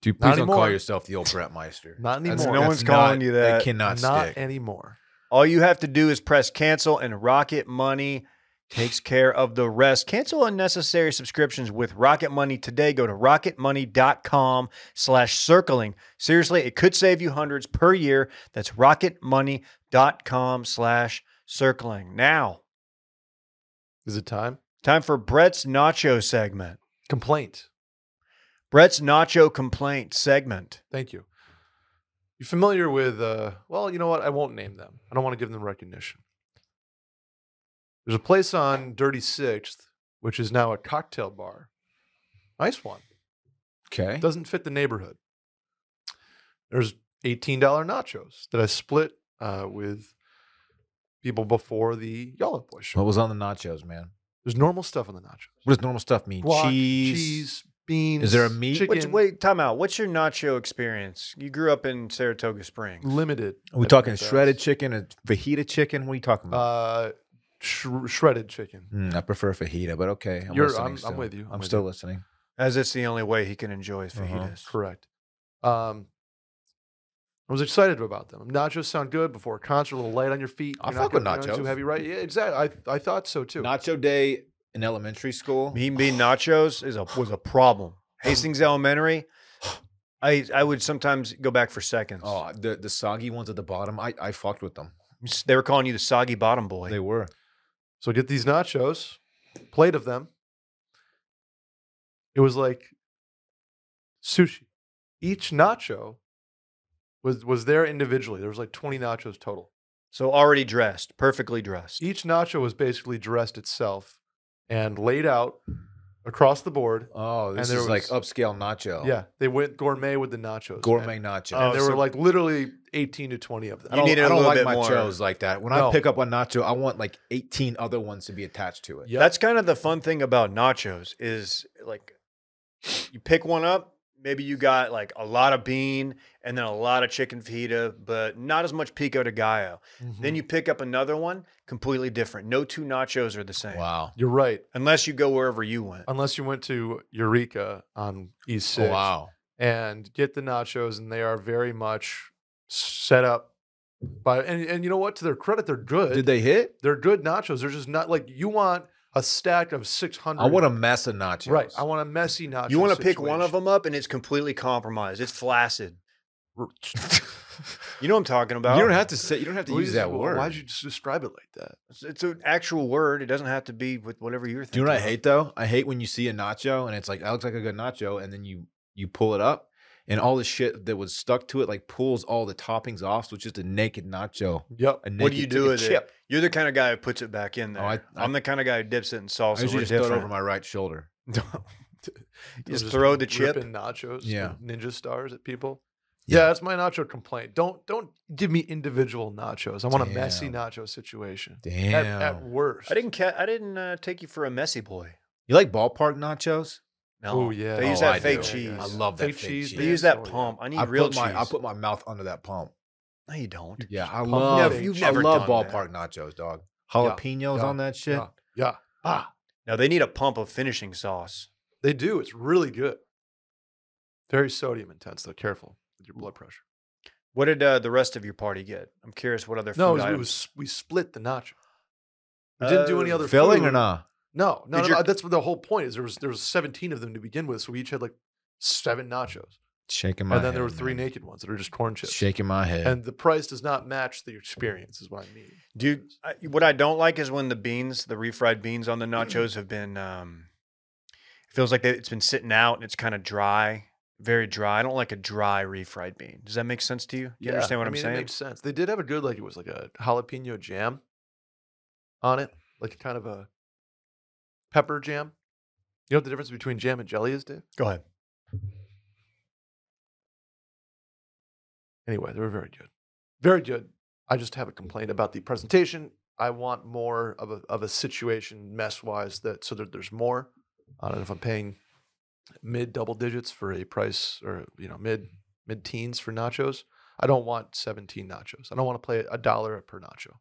S4: Dude,
S3: Not
S4: please don't call
S3: anymore.
S4: yourself the old Brett Meister.
S3: Not
S4: That's-
S3: anymore.
S1: No
S4: that's
S1: one's calling
S4: not-
S1: you that.
S4: They cannot,
S3: Not
S4: stick.
S3: anymore.
S1: All you have to do is press cancel, and Rocket Money takes care of the rest. Cancel unnecessary subscriptions with Rocket Money today. Go to rocketmoney.com slash circling. Seriously, it could save you hundreds per year. That's rocketmoney.com slash circling. Now,
S3: Is it time?
S1: time for Brett's Nacho segment.
S3: Complaint.
S1: Brett's Nacho Complaint segment.
S3: Thank you. You familiar with? Uh, well, you know what? I won't name them. I don't want to give them recognition. There's a place on Dirty Sixth, which is now a cocktail bar. Nice one.
S4: Okay.
S3: Doesn't fit the neighborhood. There's $18 nachos that I split uh, with people before the Yalla Boy show.
S4: What was on the nachos, man?
S3: There's normal stuff on the nachos.
S4: What does normal stuff mean?
S3: Guac,
S4: cheese.
S3: cheese, beans.
S4: Is there a meat?
S1: What's,
S3: Chicken,
S1: wait, time out. What's your nacho experience? You grew up in Saratoga Springs.
S3: limited.
S4: Are we
S3: at
S4: talking
S3: McDonald's.
S4: shredded chicken and fajita chicken? What are you talking about?
S3: Uh, sh- shredded chicken.
S4: Mm, I prefer fajita, but okay. I'm,
S3: You're-
S4: listening
S3: I'm- I'm
S4: still.
S3: with you, I'm
S4: I'm,
S3: with
S4: still
S3: you.
S4: listening.
S1: As it's the only way he can enjoy his
S4: Uh-huh.
S1: fajitas.
S3: Correct. Um, I was excited about them. Nachos sound good before a concert. A little light on your feet.
S4: I
S3: You're not
S4: fuck with
S3: gonna- you're not Too
S4: nachos.
S3: heavy, right? Yeah, exactly. I I thought so too.
S4: Nacho day in elementary school.
S1: Mean bean nachos is a was a problem. Hastings Elementary, I I would sometimes go back for seconds.
S4: Oh, the the soggy ones at the bottom. I I fucked with them.
S1: They were calling you the soggy bottom boy.
S4: They were.
S3: So get these nachos, plate of them. It was like sushi. Each nacho was was there individually. There was like 20 nachos total.
S1: so already dressed, perfectly dressed.
S3: Each nacho was basically dressed itself and laid out across the board.
S4: Oh, this
S3: there
S4: is like
S3: was-
S4: upscale nacho.
S3: Yeah, they went gourmet with the nachos.
S4: Gourmet
S3: man.
S4: nacho.
S3: And there
S1: Oh,
S3: were
S1: so-
S3: like literally 18 to 20 of them.
S4: I
S1: You
S4: don't,
S1: needed
S4: I
S1: a
S4: don't
S1: little
S4: like
S1: bit
S4: my
S1: more.
S4: nachos like that. When
S3: No.
S4: I pick up a nacho, I want like 18 other ones to be attached to it.
S3: Yep.
S1: That's kind of the fun thing about nachos is like you pick one up, maybe you got like a lot of bean and then a lot of chicken fajita, but not as much pico de gallo.
S4: Mm-hmm.
S1: Then you pick up another one, completely different. No two nachos are the same.
S4: Wow.
S3: You're right.
S1: Unless you go wherever you went.
S3: Unless you went to Eureka on East
S1: Oh,
S3: 6.
S4: wow.
S3: and get the nachos, and they are very much set up by and, and you know what? To their credit, they're good.
S4: Did they hit?
S3: they- are good nachos. They're just not like you want a stack of six hundred.
S4: I want a mess of nachos.
S3: right. I want a messy nacho.
S1: You want to pick one of them up and it's completely compromised. It's flaccid.
S3: [LAUGHS]
S1: You know what I'm talking about.
S4: You don't have to say. You don't have to use that word.
S3: Why'd you just describe it like that?
S1: It's- It's an actual word. It doesn't have to be with whatever you're
S4: Do
S1: thinking.
S4: you know what I
S1: of.
S4: hate though? I hate when you see a nacho and it's like that looks like a good nacho, and then you you pull it up, and all the shit that was stuck to it like pulls all the toppings off, so it's just a naked nacho.
S3: Yep.
S4: A naked,
S1: What do you do
S4: like a
S1: with it?
S4: chip.
S1: You're the kind of guy who puts it back in there.
S4: Oh, I- I-
S1: am the kind of guy who dips it in
S4: I
S1: salsa.
S4: usually
S1: We're
S4: just throw it over
S1: different.
S4: my right shoulder. [LAUGHS]
S1: Just throw the chip.
S3: ripping nachos.
S4: Yeah.
S3: with Ninja stars at people.
S4: Yeah.
S3: Yeah. that's my nacho complaint. Don't don't give me individual nachos. I want a messy nacho situation.
S4: Damn.
S3: At, at
S1: [LAUGHS]
S3: worst,
S1: I didn't. Ca- I didn't uh, take you for a messy boy.
S4: you like ballpark nachos?
S1: No.
S3: Oh, yeah.
S1: They use
S4: Oh,
S1: that
S4: I
S1: fake
S4: do.
S1: cheese.
S4: I love that
S3: Fake
S4: fake
S3: cheese,
S4: cheese.
S1: They
S3: man.
S1: use that
S3: Oh, yeah.
S1: pump. I need
S4: I
S1: real
S4: put
S1: cheese.
S4: my I put my mouth under that pump.
S1: no, you don't.
S4: Yeah, I
S3: Pump
S4: love.
S3: fake
S1: You've
S4: I
S1: never
S4: love
S1: done that.
S4: ballpark nachos, dog. Jalapenos
S3: yeah,
S4: on that shit.
S3: Yeah. yeah. Ah,
S1: Now they need a pump of finishing sauce.
S3: they do. It's really good. Very sodium intense, though. Careful with your blood pressure.
S1: What did uh, the rest of your party get? I'm curious what other food
S3: No, it was, it
S1: items-
S3: was we split the nacho. We didn't do any
S1: Oh,
S3: other
S4: Filling or
S3: food.
S4: not?
S3: No, no,
S1: Did
S3: no,
S1: your-
S3: no, That's the whole point. Is there was there was seventeen of them to begin with, so we each had like seven nachos,
S4: Shaking my.
S3: and then there were
S4: head,
S3: three
S4: man.
S3: naked ones that are just corn chips.
S4: Shaking my head.
S3: And the price does not match the experience, is what I mean.
S1: Dude, I, what I don't like is when the beans, the refried beans on the nachos have been, um, it feels like they, it's been sitting out and it's kind of dry, very dry. I don't like a dry refried bean. Does that make sense to you? Do you understand what
S3: I
S1: am
S3: mean, It
S1: saying?
S3: makes sense. They did have a good, like it was like a jalapeno jam on it, like kind of a pepper jam. You know what the difference between jam and jelly is, Dave?
S1: Go ahead.
S3: Anyway, they were very good, very good. I just have a complaint about the presentation. I want more of a of a situation mess wise that so that there's more. I don't know if I'm paying mid double digits for a price or you know mid mid teens for nachos. I don't want 17 nachos. I don't want to play a dollar per nacho.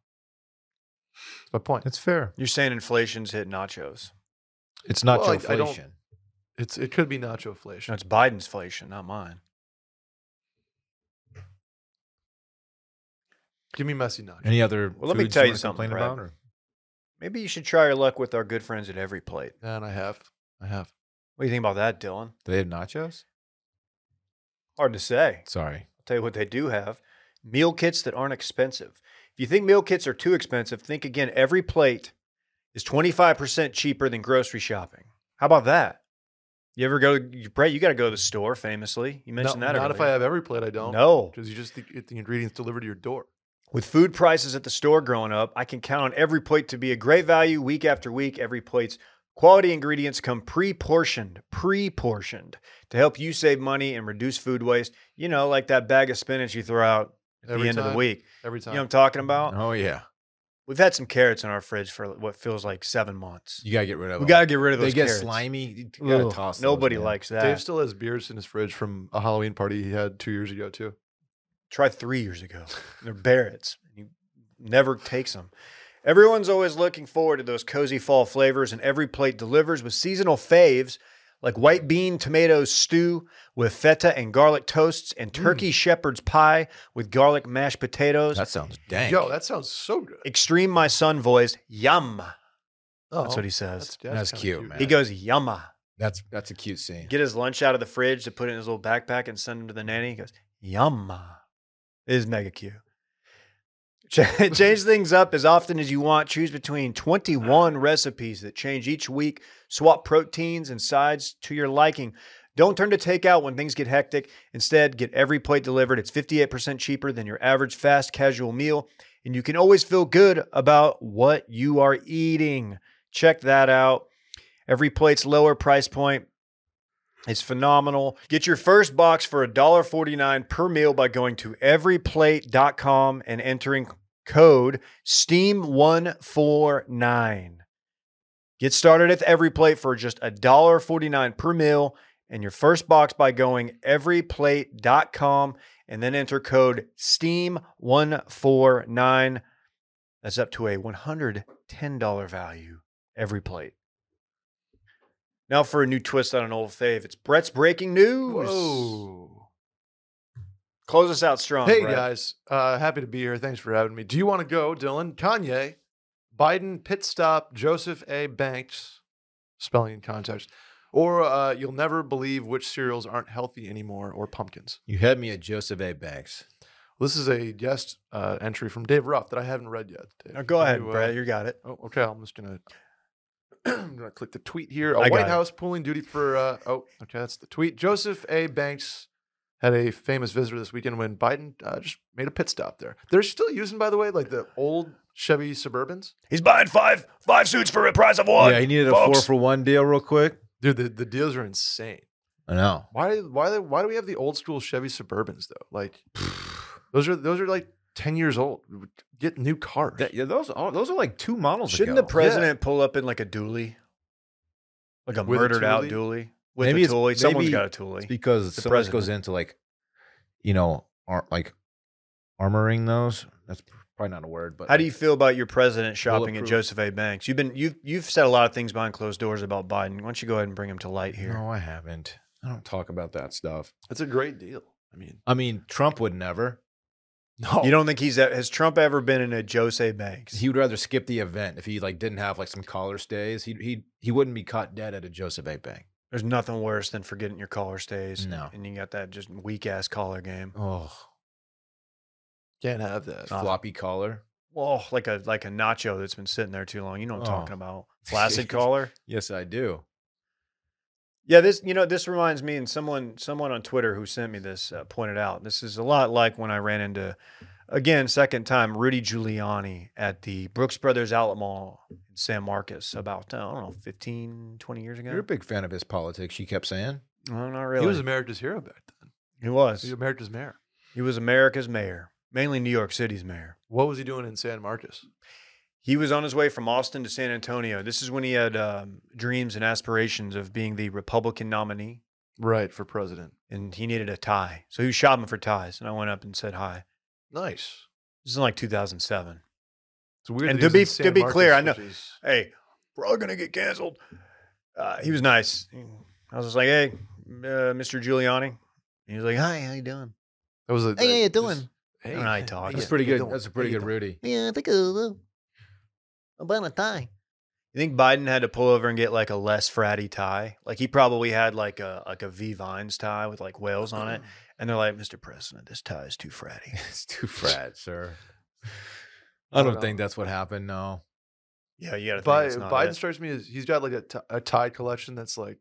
S3: That's my point.
S4: That's fair.
S1: You're saying inflation's hit nachos.
S4: It's
S3: Well,
S4: nacho
S3: I- I don't-
S4: inflation.
S3: It's it could be nacho inflation.
S1: No, it's Biden's inflation, not mine.
S3: Give me messy nachos.
S4: Any other?
S1: Well, let me
S4: foods
S1: tell you
S4: wanna
S1: something,
S4: complain
S1: Brad.
S4: Or?
S1: Maybe you should try your luck with our good friends at Every Plate.
S3: and I have, I have.
S1: What do you think about that, Dylan?
S4: Do they have nachos?
S1: Hard to say.
S4: Sorry.
S1: I'll tell you what they do have meal kits that aren't expensive. If you think meal kits are too expensive, think again. Every plate is 25% cheaper than grocery shopping. How about that? You ever go, you, Brett? You got to go to the store. Famously, you mentioned
S3: No,
S1: that.
S3: Not if I
S1: earlier.
S3: have every plate, I don't.
S1: No,
S3: Because you just get the ingredients delivered to your door.
S1: With food prices at the store growing up, I can count on every plate to be a great value week after week. Every plate's quality ingredients come pre portioned, pre portioned to help you save money and reduce food waste. You know, like that bag of spinach you throw out at
S3: Every
S1: the end of
S3: time.
S1: the week.
S3: Every
S1: You
S3: time.
S1: know what I'm talking about?
S4: Oh yeah,
S1: We've had some carrots in our fridge for what feels like seven months.
S4: you gotta get rid of.
S1: We
S4: them.
S1: got to get rid of
S4: They
S1: those
S4: get
S1: carrots.
S4: slimy. You gotta
S1: Ugh,
S4: toss. those,
S1: Nobody
S4: man.
S1: likes that.
S3: Dave still has beers in his fridge from a Halloween party he had two years ago, too.
S1: Try three years
S4: [LAUGHS]
S1: ago. They're Barrett's. You never takes them. Everyone's always looking forward to those cozy fall flavors, and every plate delivers with seasonal faves like white bean tomato stew with feta and garlic toasts, and
S4: Mm.
S1: turkey shepherd's pie with garlic mashed potatoes.
S4: That sounds dank.
S3: Yo, that sounds so good.
S1: Extreme, my son voice, yum.
S3: Oh,
S1: That's what he says.
S4: That's
S3: kinda
S4: cute, man.
S1: He goes, yumma.
S4: That's that's a cute scene.
S1: Get his lunch out of the fridge to put it in his little backpack and send him to the nanny. He goes, yumma. It is mega cute. [LAUGHS] Ch- [LAUGHS] Change things up as often as you want. Choose between 21 recipes that change each week. Swap proteins and sides to your liking. Don't turn to takeout when things get hectic. Instead, get every plate delivered. It's 58% cheaper than your average fast casual meal, and you can always feel good about what you are eating. Check that out. Every plate's lower price point. It's phenomenal. Get your first box for $1.49 per meal by going to everyplate.com and entering code STEAM149. Get started at every plate for just $1.49 per meal and your first box by going everyplate.com and then enter code STEAM149. That's up to a $110 value every plate. Now for a new twist on an old fave. It's Brett's breaking news.
S3: Whoa.
S1: Close us out strong.
S3: Hey
S1: Brett.
S3: guys, uh, happy to be here. Thanks for having me. Do you want to go, Dylan? Kanye, Biden, pit stop, Joseph A. Banks, spelling in context, or uh, you'll never believe which cereals aren't healthy anymore, or pumpkins.
S4: You had me at Joseph A. Banks.
S3: This is a guest uh, entry from Dave Ruff that I haven't read yet. Dave,
S1: Now go
S3: can
S1: ahead,
S3: you, uh,
S1: Brett. You got it.
S3: Oh, okay. I'm just gonna [CLEARS THROAT] I'm gonna click the tweet here. A
S1: I got
S3: White
S1: it.
S3: House pooling duty for uh, oh, okay, that's the tweet. Joseph A. Banks had a famous visitor this weekend when Biden uh, just made a pit stop there. They're still using, by the way, like the old Chevy Suburbans.
S1: He's buying five five suits for a price of one.
S4: yeah, he needed a
S1: folks.
S4: four for one deal real quick.
S3: Dude, the, the deals are insane.
S4: I know.
S3: Why why why do we have the old school Chevy Suburbans though? Like those are those are like ten years old. Get new cars.
S4: That- yeah, those are, those are like two models.
S1: Shouldn't
S4: ago.
S1: the president pull up in like a dually? Like a
S3: With a
S1: murdered out
S3: dually?
S1: dually? With
S4: Maybe
S1: a
S4: it's-
S1: dually. Someone's
S4: maybe
S1: got a dually.
S4: It's because
S1: The
S4: so much goes into like, you know, ar- like armoring those. That's probably not a word, but
S1: How do you
S4: like-
S1: feel about your president shopping at
S3: Bulletproof.
S1: Joseph A. Banks? You've been you've you've said a lot of things behind closed doors about Biden. Why don't you go ahead and bring him to light here?
S4: No, I haven't. I don't talk about that stuff.
S3: It's a great deal. I mean,
S4: I mean, Trump would never.
S3: no.
S1: You don't think he's at, has Trump ever been in a Jose Banks?
S4: He would rather skip the event if he like didn't have like some collar stays. He he he wouldn't be caught dead at a Joseph A. Bank.
S1: There's nothing worse than forgetting your collar stays.
S4: No.
S1: and you got that just weak ass collar game.
S4: Oh,
S3: can't have that.
S1: Ah.
S4: floppy collar.
S1: Whoa, like a like a nacho that's been sitting there too long. You know what I'm
S4: Oh.
S1: talking
S4: [LAUGHS]
S1: about? Flaccid collar.
S4: Yes, I do.
S1: Yeah, this you know this reminds me, and someone someone on Twitter who sent me this uh, pointed out this is a lot like when I ran into again second time Rudy Giuliani at the Brooks Brothers Outlet Mall in San Marcos about uh, I don't know 15, 20 years ago.
S4: You're a big fan of his politics. She kept saying.
S1: No, not really.
S3: He was America's hero back then.
S1: He
S3: He
S1: was.
S3: was America's mayor.
S1: He was America's mayor, mainly New York City's mayor.
S3: What was he doing in San Marcos?
S1: He was on his way from Austin to San Antonio. This is when he had um, dreams and aspirations of being the Republican nominee,
S3: Right for president.
S1: and he needed a tie. So he was shopping for ties, and I went up and said hi.
S3: Nice.
S1: This is in like 2007.
S3: It's weird.
S1: And to
S3: that he was
S1: be-
S3: in
S1: to
S3: San
S1: be clear, I
S3: Marcos,
S1: know-
S3: which is-
S1: Hey, we're all going to get canceled. Uh, he was nice. I was just like, hey, uh, Mr. Giuliani. And he was like, hi, how you doing?
S3: that was a,
S4: Hey, how you
S3: just-
S4: doing?
S3: Hey,
S1: And I
S3: hey,
S1: talked. That's
S3: hey,
S4: That's
S3: how
S4: pretty
S3: you
S4: good.
S3: doing?
S4: That's a
S3: How
S4: pretty
S3: you
S4: good
S3: doing?
S4: Rudy.
S6: Yeah, I think uh, I'm buying a tie.
S1: You think Biden had to pull over and get like a less fratty tie? Like he probably had like a like a V Vines tie with like whales on
S3: [CLEARS THROAT]
S1: it. And they're like, Mr. President, this tie is too fratty.
S4: It's too frat, sir. I
S3: don't
S4: don't think that's what happened. No.
S1: Yeah, you got to think
S3: Bi-
S1: it's not
S3: Biden
S1: it.
S3: strikes me as he's got like a ti- a tie collection that's like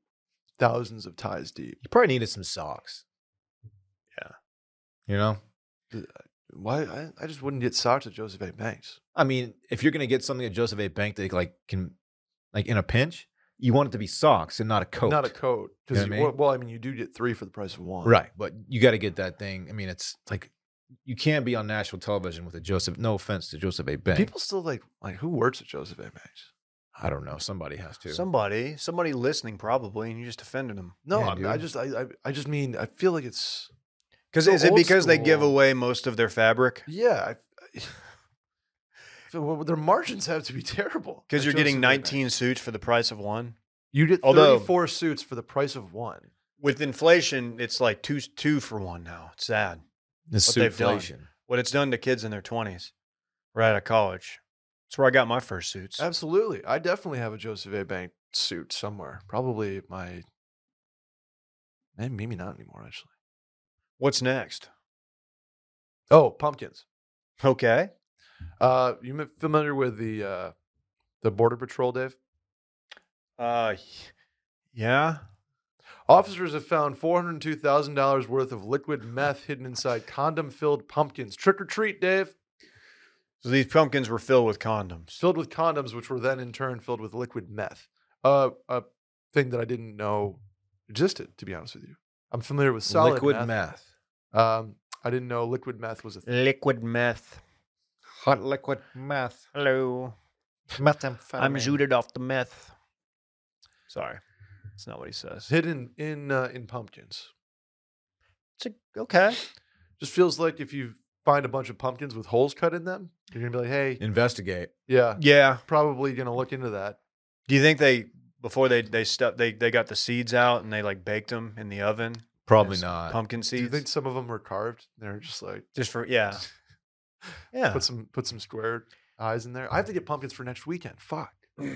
S3: thousands of ties deep.
S4: You probably needed some socks.
S3: Yeah.
S4: You know?
S3: Why? I, I just wouldn't get socks at Joseph A. Banks.
S4: I mean, if you're gonna get something at Joseph A. Bank that like can like in a pinch, you want it to be socks and not a coat.
S3: Not a coat. Because
S4: You know what I mean?
S3: well, I mean, you do get three for the price of one.
S4: Right. But you gotta get that thing. I mean, it's like you can't be on national television with a Joseph. No offense to Joseph A. Bank.
S3: People still like like who works at Joseph A. Banks?
S4: I don't know. Somebody has to.
S1: Somebody, somebody listening probably, and you just offended them.
S3: No,
S4: Yeah,
S3: I, mean, I
S4: dude.
S3: just I, I I just mean I feel like it's
S1: Because
S3: So
S1: is it
S3: old
S1: because they
S3: school.
S1: give away most of their fabric?
S3: yeah. I, [LAUGHS] so, well, their margins have to be [LAUGHS] terrible
S1: Because
S3: at
S1: you're getting
S3: Joseph A. Banks.
S1: 19 suits for the price of one.
S3: You get
S1: Although-
S3: 34 suits for the price of one.
S1: With inflation, it's like two two for one now. It's sad
S4: This
S1: what they've done.
S4: suitflation.
S1: what it's done to kids in their 20s, right out of college. That's where I got my first suits.
S3: Absolutely. I definitely have a Joseph A. Bank suit somewhere. Probably my. eh, Maybe not anymore, actually.
S1: What's next?
S3: Oh, pumpkins.
S1: Okay.
S3: Uh, you m- familiar with the uh, the Border Patrol, Dave?
S1: Uh, y- yeah.
S3: Officers have found four hundred two thousand dollars worth of liquid meth hidden inside condom-filled pumpkins. Trick or treat, Dave.
S1: So these pumpkins were filled with condoms.
S3: Filled with condoms, which were then in turn filled with liquid meth. Uh, a thing that I didn't know existed. To be honest with you, I'm familiar with solid
S4: Liquid
S3: meth.
S4: meth.
S3: Um, I didn't know liquid meth was a thing.
S1: Liquid meth.
S4: Hot liquid meth.
S1: Hello.
S4: Methamphetamine.
S1: I'm zooted off the meth. Sorry. That's not what he says.
S3: hidden in uh, in pumpkins.
S1: It's a, okay.
S3: Just feels like if you find a bunch of pumpkins with holes cut in them, you're gonna be like, hey,
S4: Investigate.
S3: yeah,
S1: Yeah.
S3: probably gonna look into that.
S1: Do you think they before they they stuff they they got the seeds out and they like baked them in the oven?
S4: Probably
S1: Yes.
S4: not.
S1: Pumpkin
S3: Do
S1: seeds.
S3: you think some of them were carved? They're just like
S1: Just for
S3: [LAUGHS]
S1: yeah. Yeah.
S3: put some put some square eyes in there. I have to get pumpkins for next weekend. Fuck.
S4: We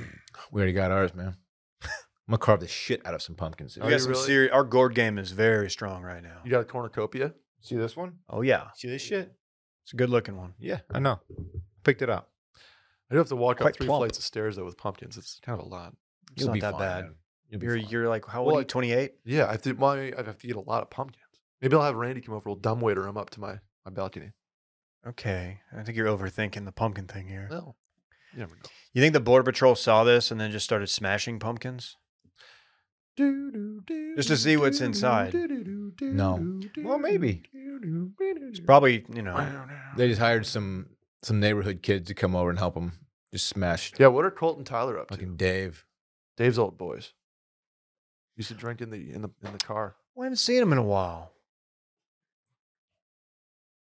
S4: already got ours, man. [LAUGHS] I'm gonna carve the shit out of some pumpkins.
S1: We
S3: you
S1: got some
S3: really?
S1: serious our gourd game is very strong right now.
S3: You got a cornucopia?
S4: See this one?
S1: Oh yeah.
S4: See this shit?
S1: It's a good looking one.
S4: Yeah, I know. Picked it up.
S3: I do have to walk
S1: Quite
S3: up three
S1: plump.
S3: flights of stairs though with pumpkins. It's kind of a lot.
S1: It's not that
S4: fine,
S1: bad.
S4: man. You'll be
S1: You're
S4: fine.
S1: you're like how old
S3: Well,
S1: are you?
S3: I-
S1: Twenty eight.
S3: Yeah, I have to. My I have to get a lot of pumpkins. Maybe I'll have Randy come over. We'll dumbwaiter him up to my my balcony.
S1: Okay, I think you're overthinking the pumpkin thing here.
S3: Well, you never know.
S1: You think the border patrol saw this and then just started smashing pumpkins? Just to see what's inside.
S4: No. Well, maybe.
S1: It's probably you know
S4: They just hired some some neighborhood kids to come over and help them. Just smash
S3: Yeah, what are Colt and Tyler up to?
S4: fucking Dave.
S3: Dave's old boys. Used to drink in the in the in the car.
S1: we haven't seen them in a while.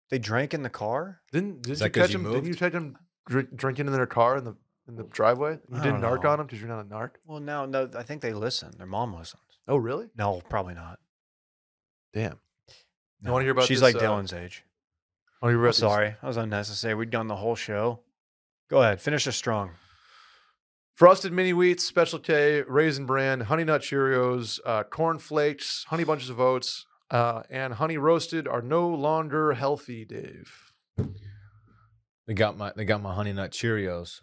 S1: They drank in the car.
S3: Didn't didn't
S4: that
S3: you
S4: 'cause
S3: catch
S4: you
S3: him? Didn't
S4: moved?
S3: you catch him drink, drinking in their car in the in the driveway?
S1: I
S3: You didn't
S1: don't
S3: narc
S1: know.
S3: on him because you're not a narc.
S1: Well, no, no. I think they listen. Their mom listens.
S3: Oh really?
S1: No, probably not.
S3: Damn.
S1: No.
S3: wanna hear about
S1: She's
S3: this,
S1: like
S3: uh,
S1: Dylan's age.
S3: Oh, you
S1: I'm sorry, that was unnecessary. We'd done the whole show. Go ahead, finish us strong.
S3: Frosted mini wheats, Special K, Raisin Bran, Honey Nut Cheerios, uh, Corn Flakes, Honey Bunches of Oats, uh, and Honey Roasted are no longer healthy, Dave.
S4: They got my they got my honey nut Cheerios.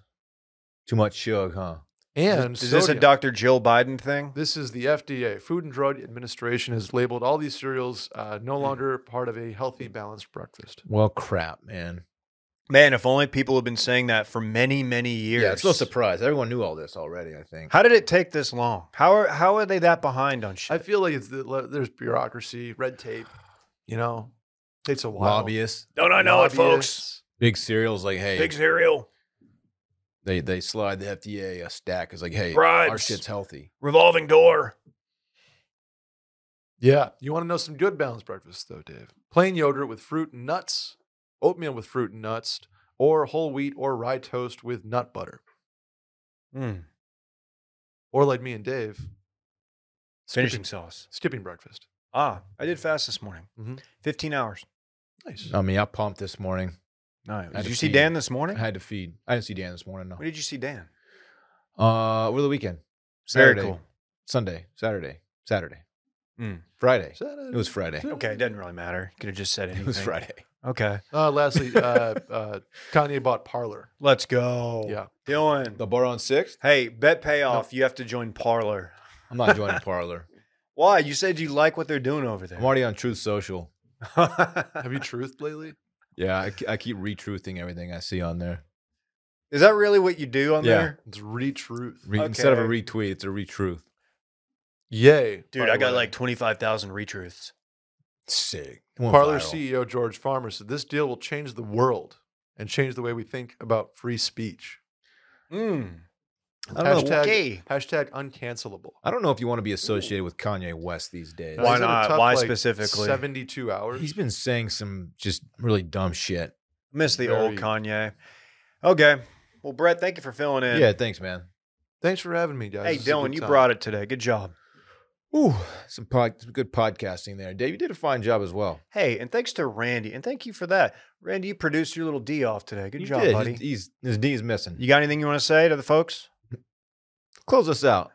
S4: Too much sugar, huh?
S3: And
S1: is, this a
S3: sodium.
S1: Dr. Jill Biden thing?
S3: This is the FDA, Food and Drug Administration, has labeled all these cereals uh, no
S1: Hmm.
S3: longer part of a healthy, balanced breakfast.
S4: Well, crap, man.
S1: Man, if only people have been saying that for many, many years.
S4: Yeah, it's no surprise. Everyone knew all this already. I think.
S1: How did it take this long? How are how are they that behind on
S3: I
S1: shit?
S3: feel like it's the, le- there's bureaucracy, red tape. You know, takes a while.
S4: Lobbyists,
S1: Don't I know it, folks?
S3: Lobbyists.
S4: big cereals, like hey,
S1: Big cereal,
S4: they they slide the FDA a stack. It's like hey, our
S1: Bribes.
S4: shit's healthy.
S1: revolving door.
S3: Yeah, you want to know some good balanced breakfast though, Dave? Plain yogurt with fruit and nuts, oatmeal with fruit and nuts, or whole wheat or rye toast with nut butter,
S1: Mm,
S3: or like me and Dave,
S1: finishing
S3: skipping,
S1: sauce.
S3: skipping breakfast.
S1: Ah, I did fast this morning.
S3: Mhm.
S1: Fifteen hours.
S3: Nice.
S4: I mean, I pumped this morning.
S1: No,
S4: had
S1: did
S4: to
S1: you see
S4: feed.
S1: Dan this morning?
S4: I had to feed. I didn't see Dan this morning. No.
S1: When did you see Dan?
S4: Uh, over the weekend. Saturday.
S1: Very cool.
S4: Sunday, Saturday, Saturday,
S1: Mm.
S4: Friday.
S3: Saturday.
S4: It was Friday.
S1: Okay, it doesn't really matter. Could have just said anything.
S4: [LAUGHS] It was Friday.
S1: Okay,
S3: Uh, lastly, uh, uh, Kanye bought Parlor.
S1: let's go.
S3: Yeah.
S1: Dylan.
S4: The bar on sixth.
S1: hey, bet payoff. You have to join Parlor. [LAUGHS]
S4: I'm not joining Parlor.
S1: Why? You said you like what they're doing over there.
S4: I'm already on Truth Social.
S3: Have you truthed lately?
S4: Yeah, I, ke- I keep retruthing everything I see on there.
S1: [LAUGHS] Is that really what you do on
S4: Yeah.
S1: there?
S3: It's re-truth.
S4: Re- Instead of a
S1: Okay.
S4: retweet, it's a retruth.
S3: Yay,
S1: Dude,
S3: by
S1: I
S3: the
S1: got
S3: way.
S1: like 25,000 retruths.
S4: Sick.
S3: Parler CEO George Farmer said this deal will change the world and change the way we think about free speech.
S1: Mm.
S4: I don't, know,
S3: Hashtag-
S1: Okay.
S3: Hashtag uncancelable.
S4: I don't know if you want to be associated with Kanye West these days.
S1: Why
S3: He's had a
S1: not?
S3: tough,
S1: Why specifically?
S3: 72 hours.
S4: He's been saying some just really dumb shit.
S1: Miss the old
S3: Very-
S1: Kanye. Okay. Well, Brett, thank you for filling in.
S4: Yeah, thanks, man.
S3: Thanks for having me, guys.
S1: Hey,
S3: This is a
S1: Dylan,
S3: good
S1: you
S3: time.
S1: brought it today. Good job.
S4: Ooh, some, pod, some good podcasting there. Dave, you did a fine job as well.
S1: Hey, and thanks to Randy, and thank you for that. Randy, you produced your little D off today. Good
S4: You
S1: job,
S4: did.
S1: buddy.
S4: His, he's, his D's missing.
S1: You got anything you want to say to the folks?
S4: Close us out.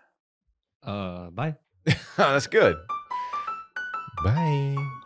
S5: Uh, bye.
S4: [LAUGHS] That's good. Bye.